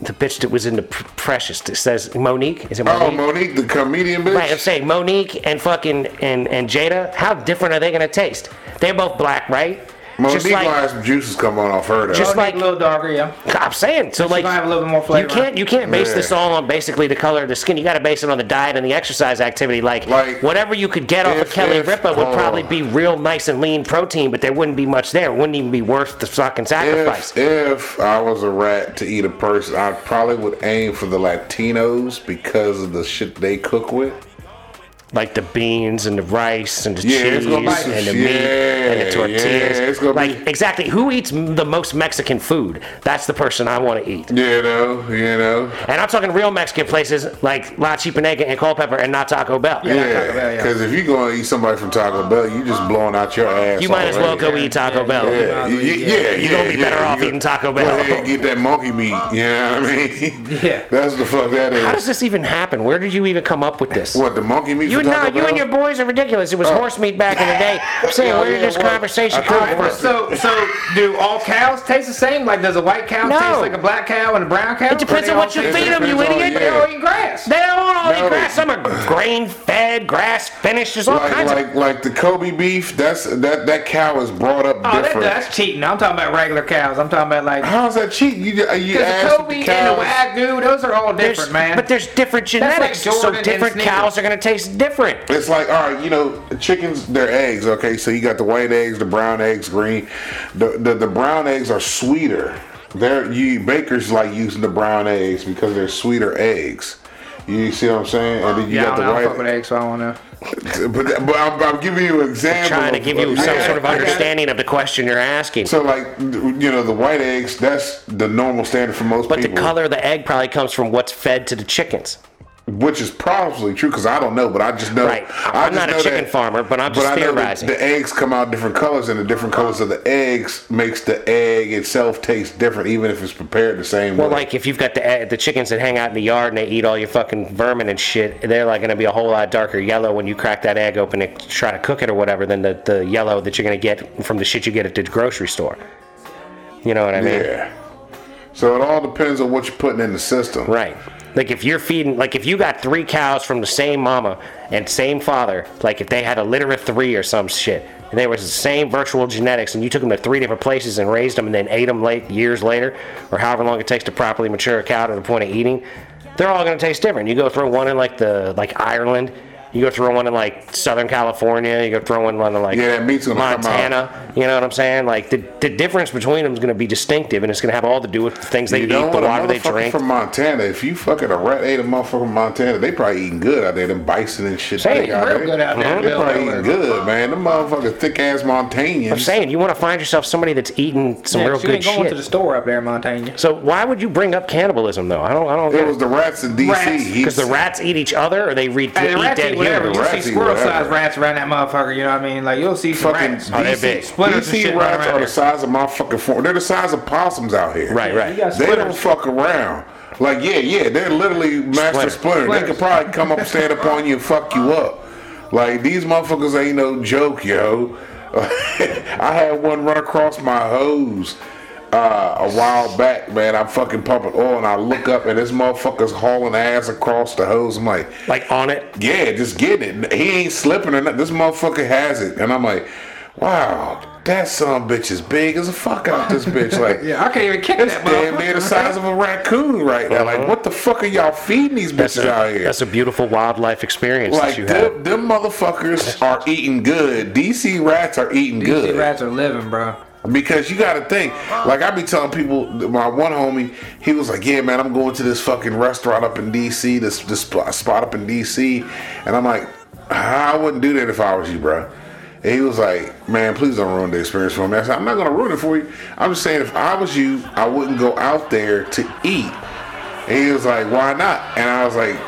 Speaker 1: the bitch that was in the P- Precious. It says Monique. Is it Monique?
Speaker 3: Oh, Monique, the comedian bitch.
Speaker 1: Right, I'm saying Monique and fucking and, and Jada, how different are they gonna taste? They're both black, right?
Speaker 3: Monique
Speaker 1: just like
Speaker 3: has some juices coming off her though.
Speaker 1: Just like-
Speaker 2: Like, a little darker, yeah.
Speaker 1: I'm saying. So like
Speaker 2: gonna have a little bit more flavor.
Speaker 1: You can't you can't base
Speaker 3: Yeah.
Speaker 1: this all on basically the color of the skin. You gotta base it on the diet and the exercise activity. Like,
Speaker 3: Like,
Speaker 1: whatever you could get off of
Speaker 3: if-
Speaker 1: Kelly
Speaker 3: if- oh.
Speaker 1: Ripa would
Speaker 3: hold
Speaker 1: probably
Speaker 3: on.
Speaker 1: be real nice and lean protein, but there wouldn't be much there. It wouldn't even be worth the fucking sacrifice.
Speaker 3: if, if I was a rat to eat a person, I probably would aim for the Latinos because of the shit they cook with.
Speaker 1: like the beans and the rice and the
Speaker 3: Yeah,
Speaker 1: cheese
Speaker 3: it's gonna be some
Speaker 1: and the
Speaker 3: shit.
Speaker 1: meat and the
Speaker 3: Yeah,
Speaker 1: tortillas.
Speaker 3: it's gonna
Speaker 1: like
Speaker 3: be-
Speaker 1: exactly who eats m- the most Mexican food? That's the person I want to eat.
Speaker 3: You know, you know.
Speaker 1: And I'm talking real Mexican places like La Chipanega and Culpepper and not Taco Bell.
Speaker 2: Taco Bell,
Speaker 3: Yeah,
Speaker 2: yeah.
Speaker 3: because if you going to eat somebody from Taco Bell, you just blowing out your ass.
Speaker 1: You might as well go
Speaker 3: already.
Speaker 1: eat Taco Bell.
Speaker 3: Yeah, yeah, yeah.
Speaker 1: You're gonna be
Speaker 3: yeah,
Speaker 1: better
Speaker 3: you
Speaker 1: off
Speaker 3: go-
Speaker 1: eating Taco
Speaker 3: Go
Speaker 1: Bell.
Speaker 3: ahead and get that monkey meat. You know what I mean?
Speaker 2: Yeah.
Speaker 3: That's the fuck that
Speaker 1: How
Speaker 3: is.
Speaker 1: does this even happen? Where did you even come up with this?
Speaker 3: What the monkey meat?
Speaker 1: You
Speaker 3: from
Speaker 1: no,
Speaker 3: Taco
Speaker 1: you
Speaker 3: Bell? Oh.
Speaker 1: and your boys are ridiculous. It was horse meat back in the day. I'm saying,
Speaker 3: Yeah,
Speaker 1: where did
Speaker 3: yeah,
Speaker 1: this
Speaker 3: well,
Speaker 1: conversation
Speaker 3: I
Speaker 1: come
Speaker 3: thought-
Speaker 1: from?
Speaker 2: So, so do all cows taste the same? Like, does a white cow
Speaker 1: No.
Speaker 2: taste like a black cow and a brown cow?
Speaker 1: It depends
Speaker 2: Or they
Speaker 1: on
Speaker 2: all
Speaker 1: what you
Speaker 2: taste-
Speaker 1: feed them, you
Speaker 3: depends on-
Speaker 1: idiot.
Speaker 2: They all eat grass.
Speaker 1: They don't all eat
Speaker 3: No.
Speaker 1: grass. Some are grain fed, grass finished. There's all
Speaker 3: like
Speaker 1: kinds
Speaker 3: like like the Kobe beef. That's that that cow is brought up
Speaker 2: oh, that,
Speaker 3: different.
Speaker 2: that's cheating. I'm talking about regular cows. I'm talking about like
Speaker 3: How's that cheap? You you
Speaker 2: because
Speaker 3: asked
Speaker 2: the
Speaker 3: the
Speaker 2: Kobe
Speaker 3: cows-
Speaker 2: and the Wagyu, those are all
Speaker 1: of.
Speaker 2: different,
Speaker 1: There's,
Speaker 2: man.
Speaker 1: but there's different
Speaker 2: like
Speaker 1: genetics, so
Speaker 2: Jordan
Speaker 1: different
Speaker 2: and
Speaker 1: cows are going to taste different.
Speaker 3: It's like, all right, you know, chickens, they're eggs, okay? So you got the white eggs, the brown eggs, green. The the, the brown eggs are sweeter. They're, you bakers like using the brown eggs because they're sweeter eggs. You see what I'm saying? And then you
Speaker 2: yeah, I
Speaker 3: got
Speaker 2: don't know. I
Speaker 3: the
Speaker 2: fuck with
Speaker 3: white.
Speaker 2: eggs, so I don't know.
Speaker 3: But, that- but I'm, I'm giving you an example.
Speaker 1: Trying to
Speaker 3: of-
Speaker 1: give you
Speaker 3: yeah,
Speaker 1: some sort of
Speaker 3: I got it.
Speaker 1: understanding of the question you're asking.
Speaker 3: So like, you know, the white eggs, that's the normal standard for most
Speaker 1: But the
Speaker 3: people.
Speaker 1: color of the egg probably comes from what's fed to the chickens.
Speaker 3: which is probably true because I don't know, but I just know.
Speaker 1: Right.
Speaker 3: I
Speaker 1: I'm not
Speaker 3: just
Speaker 1: a
Speaker 3: know
Speaker 1: chicken farmer, but I'm just
Speaker 3: I know that
Speaker 1: theorizing.
Speaker 3: The eggs come out different colors, and the different colors of the eggs makes the egg itself taste different, even if it's prepared the same
Speaker 1: Well,
Speaker 3: way.
Speaker 1: like if you've got the eh, the chickens that hang out in the yard and they eat all your fucking vermin and shit, they're like going to be a whole lot darker yellow when you crack that egg open and try to cook it or whatever than the, the yellow that you're going to get from the shit you get at the grocery store. You know what I mean?
Speaker 3: yeah. So it all depends on what you're putting in the system.
Speaker 1: Right. Like if you're feeding, like if you got three cows from the same mama and same father, like if they had a litter of three or some shit, and they was the same virtual genetics, and you took them to three different places and raised them, and then ate them late years later, or however long it takes to properly mature a cow to the point of eating, they're all gonna taste different. You go throw one in like the like Ireland. You go throw one in like Southern California. You go throw one in like
Speaker 3: Yeah, that meat's gonna come out.
Speaker 1: Montana. You know what I'm saying? Like the, the difference between them is gonna be distinctive, and it's gonna have all to do with the things they
Speaker 3: You
Speaker 1: eat,
Speaker 3: know
Speaker 1: the
Speaker 3: what? A
Speaker 1: water they
Speaker 3: motherfucker
Speaker 1: drink,
Speaker 3: from Montana. If you fucking a rat ate a motherfucker from Montana, they probably eating good out there. Them bison and shit.
Speaker 1: They
Speaker 3: they
Speaker 1: eating
Speaker 3: out
Speaker 2: real
Speaker 3: there.
Speaker 2: good out there in
Speaker 3: They
Speaker 2: the
Speaker 3: probably
Speaker 2: middle
Speaker 3: eating
Speaker 2: of
Speaker 3: good, man. Them motherfucker thick ass
Speaker 1: I'm
Speaker 3: Montanians.
Speaker 1: saying you want to find yourself somebody that's eating some
Speaker 2: Yeah,
Speaker 1: real
Speaker 2: 'cause you
Speaker 1: good
Speaker 2: ain't going
Speaker 1: shit.
Speaker 2: to the store up there in Montana.
Speaker 1: so why would you bring up cannibalism though? I don't. I don't.
Speaker 3: It was the rats in D.C.
Speaker 2: Rats.
Speaker 3: He-
Speaker 1: because the rats eat each other, or they re-
Speaker 2: Hey, the
Speaker 1: eat
Speaker 2: rats
Speaker 1: dead
Speaker 2: eat whatever.
Speaker 1: humans.
Speaker 2: You
Speaker 3: Rats
Speaker 2: see
Speaker 3: eat
Speaker 2: squirrel-sized
Speaker 3: whatever.
Speaker 2: rats around that motherfucker. You know what I mean? Like you'll see some
Speaker 3: fucking
Speaker 2: rats.
Speaker 1: Oh, they're big.
Speaker 2: Splinters and
Speaker 3: DC
Speaker 2: shit
Speaker 3: rats
Speaker 2: running around
Speaker 3: are the
Speaker 2: there.
Speaker 3: size of my fucking form. They're the size of possums out here.
Speaker 1: Right,
Speaker 2: You
Speaker 1: right.
Speaker 2: got
Speaker 3: They don't
Speaker 2: splinters.
Speaker 3: fuck around. Like, yeah, yeah, they're literally master
Speaker 1: Splinters.
Speaker 3: splitter. They could
Speaker 2: Splinters.
Speaker 3: probably come up, stand upon you, and fuck you up. Like, these motherfuckers ain't no joke, yo. I had one run across my hose uh, a while back, man. I'm fucking pumping oil, and I look up, and this motherfucker's hauling ass across the hose. I'm like,
Speaker 1: Like on it.
Speaker 3: yeah, just get it. He ain't slipping or nothing. This motherfucker has it. And I'm like, wow, that son bitch is big as a fuck out this bitch. Like,
Speaker 2: Yeah, I can't even kick
Speaker 3: It's
Speaker 2: that
Speaker 3: damn near the
Speaker 2: motherfucker.
Speaker 3: size of a raccoon right now. Like, what the fuck are y'all feeding these
Speaker 1: Uh-huh. That's
Speaker 3: bitches
Speaker 1: a,
Speaker 3: out here?
Speaker 1: that's a beautiful wildlife experience
Speaker 3: Like,
Speaker 1: that you have.
Speaker 3: them, them motherfuckers are eating good. DC rats are eating
Speaker 2: DC
Speaker 3: good.
Speaker 2: rats are living, bro.
Speaker 3: Because you got to think, like I be telling people, my one homie, he was like, "Yeah, man, I'm going to this fucking restaurant up in D.C., this this spot spot up in D.C.," and I'm like, "I wouldn't do that if I was you, bro." And he was like, "Man, please don't ruin the experience for me." I said, "I'm not gonna ruin it for you. I'm just saying, if I was you, I wouldn't go out there to eat." And he was like, "Why not?" And I was like,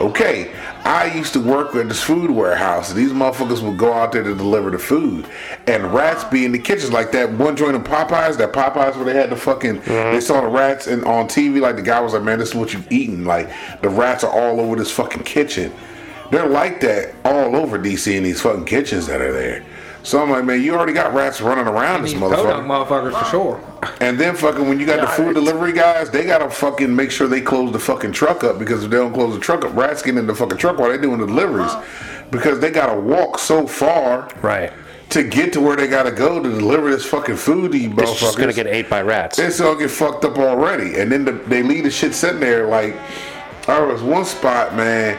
Speaker 3: Okay, I used to work at this food warehouse. These motherfuckers would go out there to deliver the food, and rats be in the kitchens like that one joint in Popeyes. That Popeyes where they had the fucking they saw the rats and on TV. Like the guy was like, "Man, this is what you've eaten." Like the rats are all over this fucking kitchen. They're like that all over DC in these fucking kitchens that are there. So I'm like, man, you already got rats running around this
Speaker 2: These podunk
Speaker 3: motherfucker.
Speaker 2: motherfuckers for sure.
Speaker 3: And then fucking when you got the food delivery guys, they gotta fucking make sure they close the fucking truck up because if they don't close the truck up, rats get in the fucking truck while they doing the deliveries because they gotta walk so far
Speaker 1: Right.
Speaker 3: to get to where they gotta go to deliver this fucking food to you
Speaker 1: It's just gonna
Speaker 3: motherfuckers.
Speaker 1: get ate by rats.
Speaker 3: It's all get fucked up already, and then the, they leave the shit sitting there. Like there was one spot, man,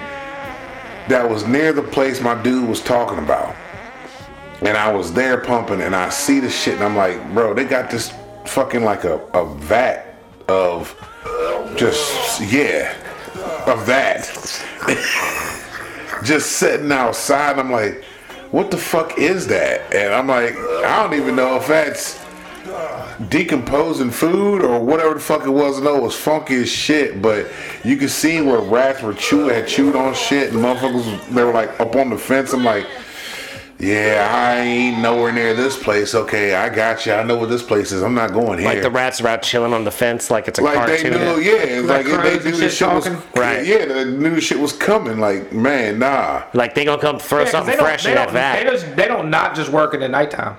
Speaker 3: that was near the place my dude was talking about, and I was there pumping, and I see the shit, and I'm like, bro, they got this fucking like a, a vat of just yeah. of that just sitting outside. I'm like, what the fuck is that? And I'm like, I don't even know if that's decomposing food or whatever the fuck it was. No, it was funky as shit, but you could see where rats were chewing, had chewed on shit, and motherfuckers, they were like up on the fence. I'm like, yeah, I ain't nowhere near this place. Okay, I got you. I know what this place is. I'm not going here.
Speaker 1: Like the rats are out chilling on the fence, like it's a
Speaker 3: Like
Speaker 1: cartoon.
Speaker 3: they knew, yeah, it's
Speaker 2: Like
Speaker 3: like,
Speaker 2: crows
Speaker 3: they
Speaker 2: and
Speaker 3: knew this
Speaker 2: shit
Speaker 3: shit was
Speaker 2: talking?
Speaker 1: Right.
Speaker 3: Yeah, they knew shit was coming. Like, man, nah.
Speaker 1: Like they gonna come throw
Speaker 2: 'cause
Speaker 1: something
Speaker 2: they don't-
Speaker 1: fresh
Speaker 2: they
Speaker 1: in that
Speaker 2: don't-
Speaker 1: vat.
Speaker 2: They, just, they don't not just work in the nighttime.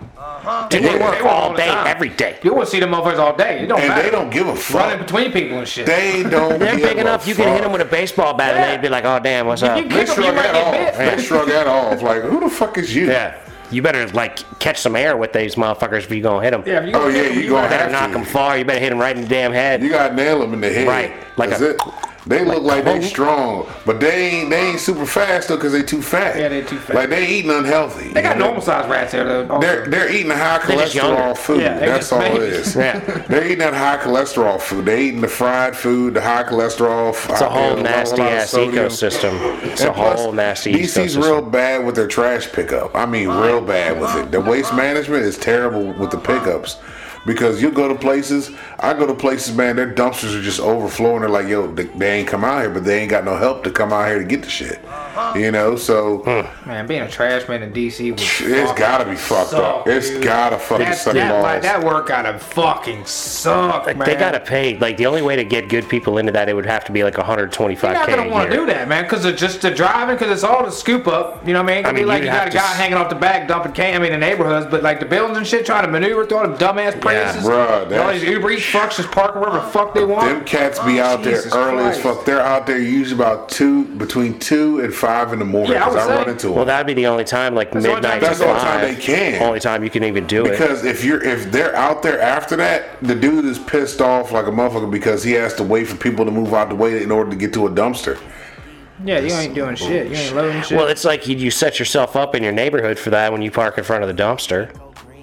Speaker 1: Dude, they,
Speaker 3: they
Speaker 1: work
Speaker 2: work all
Speaker 1: all
Speaker 2: the
Speaker 1: day,
Speaker 2: time.
Speaker 1: every day.
Speaker 2: You will see them motherfuckers all day. It don't
Speaker 3: And
Speaker 2: matter.
Speaker 3: they don't give a
Speaker 2: running
Speaker 3: fuck.
Speaker 2: between people and shit.
Speaker 3: They don't.
Speaker 1: They're
Speaker 3: give
Speaker 1: big
Speaker 3: a
Speaker 1: enough. You can hit them with a baseball bat,
Speaker 2: Yeah.
Speaker 1: and they'd be like, "Oh damn, what's up?"
Speaker 2: you
Speaker 3: They
Speaker 2: Pick 'em,
Speaker 3: shrug
Speaker 2: might
Speaker 3: that
Speaker 2: get
Speaker 3: off.
Speaker 2: bit.
Speaker 3: They shrug that off. Like, who the fuck is you?
Speaker 1: Yeah, you better like catch some air with these motherfuckers if you gonna hit them.
Speaker 2: Yeah, if you
Speaker 3: Oh, yeah, you
Speaker 2: you might-
Speaker 3: gonna have-
Speaker 1: better knock
Speaker 3: Absolutely.
Speaker 1: them far. You better hit them right in the damn head.
Speaker 3: You gotta nail them in the head.
Speaker 1: Right. Like
Speaker 3: That's
Speaker 1: a-
Speaker 3: it. They look like they
Speaker 1: Kobe.
Speaker 3: strong, but they ain't they ain't super fast though because they too fat.
Speaker 2: Yeah, they too fat.
Speaker 3: Like they eating unhealthy.
Speaker 2: They got normal sized rats there though. also.
Speaker 3: They're they're eating high
Speaker 1: just younger.
Speaker 3: cholesterol food.
Speaker 2: Yeah, they
Speaker 3: That's
Speaker 2: just
Speaker 3: all it
Speaker 2: babies.
Speaker 3: is.
Speaker 1: Yeah.
Speaker 3: They're eating that high cholesterol food. They eating the fried food, the high cholesterol.
Speaker 1: It's a whole nasty ass ecosystem. It's a whole nasty
Speaker 3: DC's
Speaker 1: ecosystem.
Speaker 3: real bad with their trash pickup. I mean, real bad with it. The waste management is terrible with the pickups because you go to places. I go to places, man. Their dumpsters are just overflowing. They're like, yo, they, they ain't come out here, but they ain't got no help to come out here to get the shit.
Speaker 2: Uh-huh.
Speaker 3: You know, so
Speaker 2: Man, being a trash man in DC was.
Speaker 3: it's
Speaker 2: fucking
Speaker 3: gotta be fucked
Speaker 2: suck,
Speaker 3: up. It's
Speaker 2: dude.
Speaker 3: gotta fucking
Speaker 2: That,
Speaker 3: suck
Speaker 2: that,
Speaker 3: balls.
Speaker 2: like, that work gotta fucking suck, man.
Speaker 1: They gotta pay. Like the only way to get good people into that, it would have to be like
Speaker 2: You're not
Speaker 1: 125k
Speaker 2: gonna
Speaker 1: a
Speaker 2: want to do
Speaker 1: year.
Speaker 2: that, man, because it's just the driving, because it's all the scoop up. You know what I mean? It could
Speaker 1: I mean,
Speaker 2: be like
Speaker 1: you'd
Speaker 2: you
Speaker 1: have
Speaker 2: got a
Speaker 1: to
Speaker 2: guy
Speaker 1: s-
Speaker 2: hanging off the back dumping can. I mean, the neighborhoods, but like the buildings and shit, trying to maneuver through all them dumbass places.
Speaker 3: bruh,
Speaker 2: all
Speaker 3: that's-
Speaker 2: these Uber Eats fucks just parking wherever the fuck they want.
Speaker 3: Them cats be out
Speaker 2: Oh, Jesus
Speaker 3: there early as
Speaker 2: Christ.
Speaker 3: fuck. They're out there usually about two between two and five in the morning.
Speaker 2: Yeah, I
Speaker 3: 'cause
Speaker 2: would
Speaker 3: I,
Speaker 2: say-
Speaker 3: run into them.
Speaker 1: Well, that'd be the only time, like
Speaker 2: the only
Speaker 1: midnight.
Speaker 2: time-
Speaker 1: to
Speaker 3: That's the only time
Speaker 1: five,
Speaker 3: they can.
Speaker 1: Only time you can even do it.
Speaker 3: because if you're if they're out there after that, the dude is pissed off like a motherfucker because he has to wait for people to move out the way in order to get to a dumpster.
Speaker 2: yeah, you ain't doing shit. You ain't loading shit.
Speaker 1: Oh, Well, it's like you, you set yourself up in your neighborhood for that when you park in front of the dumpster.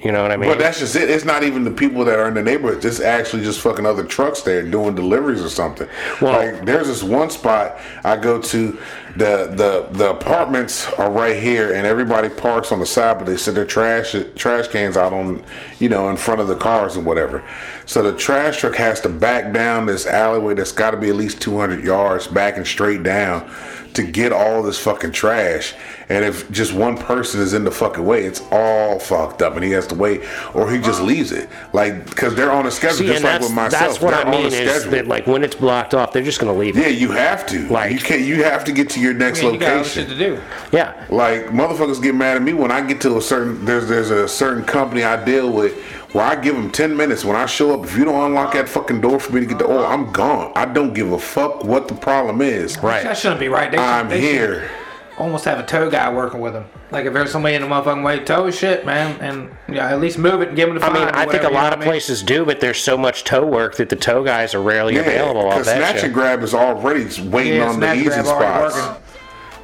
Speaker 1: You know what I mean?
Speaker 3: But that's just it. It's not even the people that are in the neighborhood. It's actually just fucking other trucks there doing deliveries or something.
Speaker 1: Well-
Speaker 3: like there's this one spot I go to. The, the the apartments are right here, and everybody parks on the side, but they set their trash trash cans out on, you know, in front of the cars and whatever. So the trash truck has to back down this alleyway that's got to be at least 200 yards, backing straight down to get all this fucking trash. And if just one person is in the fucking way, it's all fucked up, and he has to wait, or he just leaves it, like because they're on a schedule,
Speaker 1: See,
Speaker 3: just
Speaker 1: and
Speaker 3: like
Speaker 1: that's,
Speaker 3: with myself.
Speaker 1: that's what
Speaker 3: they're
Speaker 1: I
Speaker 3: on a
Speaker 1: mean is
Speaker 3: schedule.
Speaker 1: that like when it's blocked off, they're just gonna leave. it.
Speaker 3: yeah, you have to.
Speaker 1: Like-
Speaker 3: Like you can not you have to get to your next
Speaker 2: I mean, you got other shit to
Speaker 3: location.
Speaker 2: do.
Speaker 1: Yeah.
Speaker 3: Like motherfuckers get mad at me when I get to a certain there's there's a certain company I deal with where I give them ten minutes. When I show up, if you don't unlock that fucking door for me to get the oil, I'm gone. I don't give a fuck what the problem is.
Speaker 2: That
Speaker 1: Right.
Speaker 2: shouldn't be right. They should,
Speaker 3: I'm
Speaker 2: they should
Speaker 3: here.
Speaker 2: almost have a tow guy working with them. Like if there's somebody in the motherfucking way, tow his shit, man, and yeah, at least move it and give him the
Speaker 1: I
Speaker 2: fine.
Speaker 1: mean,
Speaker 2: or
Speaker 1: I think
Speaker 2: whatever,
Speaker 1: a
Speaker 2: you know
Speaker 1: lot
Speaker 2: what
Speaker 1: of
Speaker 2: mean?
Speaker 1: places do, but there's so much tow work that the tow guys are rarely available. I'll
Speaker 3: because
Speaker 1: bet
Speaker 3: snatch
Speaker 1: you.
Speaker 3: and grab is already waiting
Speaker 2: Yeah,
Speaker 3: on the
Speaker 2: snatch
Speaker 3: easy
Speaker 2: grab already
Speaker 3: spots.
Speaker 2: working.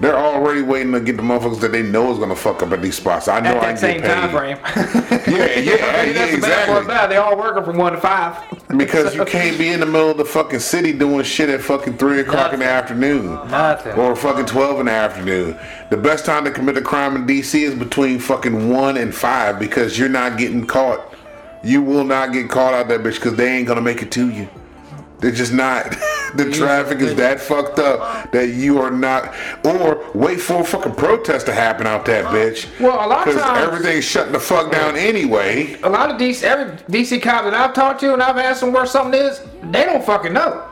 Speaker 3: They're already waiting to get the motherfuckers that they know is gonna fuck up at these spots. I know
Speaker 2: At
Speaker 3: I
Speaker 2: that
Speaker 3: can
Speaker 2: same
Speaker 3: get paid.
Speaker 2: time frame.
Speaker 3: Yeah, yeah,
Speaker 2: I mean,
Speaker 3: yeah,
Speaker 2: that's the bad part
Speaker 3: exactly.
Speaker 2: about it. They all working from one to five.
Speaker 3: Because you can't be in the middle of the fucking city doing shit at fucking three o'clock in the afternoon.
Speaker 2: Nothing.
Speaker 3: Or fucking twelve in the afternoon. The best time to commit a crime in DC is between fucking one and five because you're not getting caught. You will not get caught out that bitch because they ain't gonna make it to you. They're just not. the traffic is that fucked up that you are not. Or wait for a fucking protest to happen out that bitch.
Speaker 2: Well, a lot of times-
Speaker 3: everything's shutting the fuck down anyway.
Speaker 2: A lot of DC, every DC cop that I've talked to and I've asked them where something is, they don't fucking know.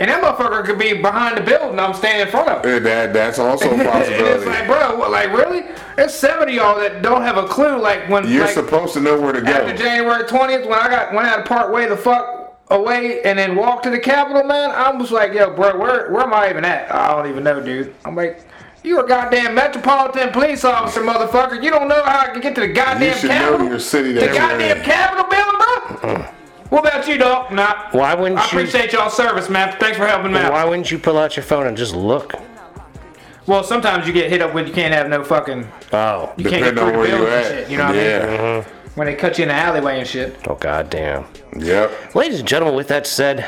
Speaker 2: And that motherfucker could be behind the building I'm standing in front of.
Speaker 3: And that that's also a
Speaker 2: And it's
Speaker 3: possibility.
Speaker 2: like, bro, what, like really? There's seven of y'all that don't have a clue. Like when
Speaker 3: You're
Speaker 2: like,
Speaker 3: supposed to know where to
Speaker 2: after
Speaker 3: go.
Speaker 2: January 20th, when I got when I had to part way the fuck away and then walk to the Capitol, man, I was like, yo, bro, where where am I even at? I don't even know, dude. I'm like, you a goddamn metropolitan police officer, motherfucker. You don't know how I can get to the goddamn
Speaker 3: should know
Speaker 2: Capitol.
Speaker 3: your city
Speaker 2: the
Speaker 3: that we're
Speaker 2: goddamn
Speaker 3: in.
Speaker 2: Capitol building, bro. What about you, dog? Nah.
Speaker 1: Why wouldn't
Speaker 2: I
Speaker 1: you?
Speaker 2: appreciate y'all service, man. Thanks for helping me out.
Speaker 1: Why wouldn't you pull out your phone and just look?
Speaker 2: Well, sometimes you get hit up when you can't have no fucking.
Speaker 1: Oh.
Speaker 2: You can't get
Speaker 3: Depending
Speaker 2: through
Speaker 3: on
Speaker 2: the
Speaker 3: where
Speaker 2: building
Speaker 3: you're
Speaker 2: and
Speaker 3: at.
Speaker 2: shit. You know what I mean?
Speaker 3: yeah.
Speaker 2: when they cut you in the alleyway and shit.
Speaker 1: Oh goddamn.
Speaker 3: Yep.
Speaker 1: Ladies and gentlemen, with that said,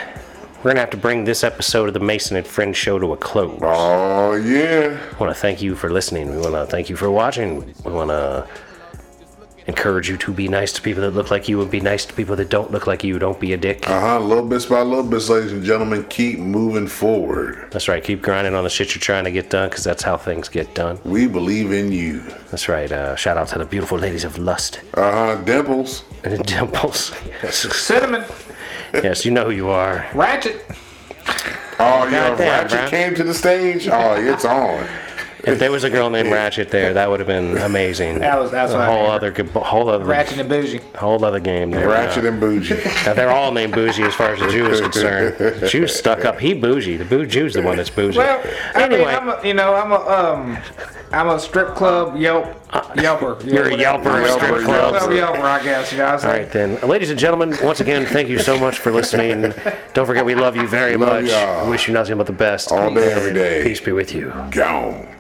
Speaker 1: We're gonna have to bring this episode of the Mason and Friends show to a close.
Speaker 3: Oh yeah.
Speaker 1: want to thank you for listening. We want to thank you for watching. We want to encourage you to be nice to people that look like you and be nice to people that don't look like you. Don't be a dick.
Speaker 3: Uh huh. Little bits by little bits, ladies and gentlemen, keep moving forward.
Speaker 1: That's right. Keep grinding on the shit you're trying to get done because that's how things get done.
Speaker 3: We believe in you.
Speaker 1: That's right. Uh, shout out to the beautiful ladies of Lust
Speaker 3: Uh huh. Dimples.
Speaker 1: and Dimples. Yes,
Speaker 2: Cinnamon,
Speaker 1: yes you know who you are.
Speaker 2: Ratchet.
Speaker 3: Oh yeah.
Speaker 1: Goddamn,
Speaker 3: Ratchet
Speaker 1: bruh.
Speaker 3: came to the stage. Oh, it's on.
Speaker 1: If there was a girl named Ratchet there, that would have been amazing.
Speaker 2: That was- that's
Speaker 1: a
Speaker 2: what I
Speaker 1: whole
Speaker 2: mean.
Speaker 1: other good- whole other
Speaker 2: Ratchet and Bougie.
Speaker 1: whole other game. There. Uh,
Speaker 3: Ratchet and Bougie.
Speaker 1: Now, they're all named Bougie as far as the Jew is concerned. The Jew's stuck up. He Bougie. The Boo Jew's the one that's Bougie.
Speaker 2: Well, I mean,
Speaker 1: anyway,
Speaker 2: I'm a, you know, I'm a, um, I'm a strip club Yelp, Yelper.
Speaker 1: you're a Yelper
Speaker 3: Yelper,
Speaker 1: in strip
Speaker 3: Yelper.
Speaker 1: clubs.
Speaker 2: Club Yelper, I guess. You know, what I'm
Speaker 1: All
Speaker 2: saying?
Speaker 1: right, then. Ladies and gentlemen, once again, thank you so much for listening. Don't forget, we love you very
Speaker 3: Love
Speaker 1: much.
Speaker 3: y'all.
Speaker 1: Wish you nothing but the best.
Speaker 3: All day, every day.
Speaker 1: Peace be with you.
Speaker 3: Gone.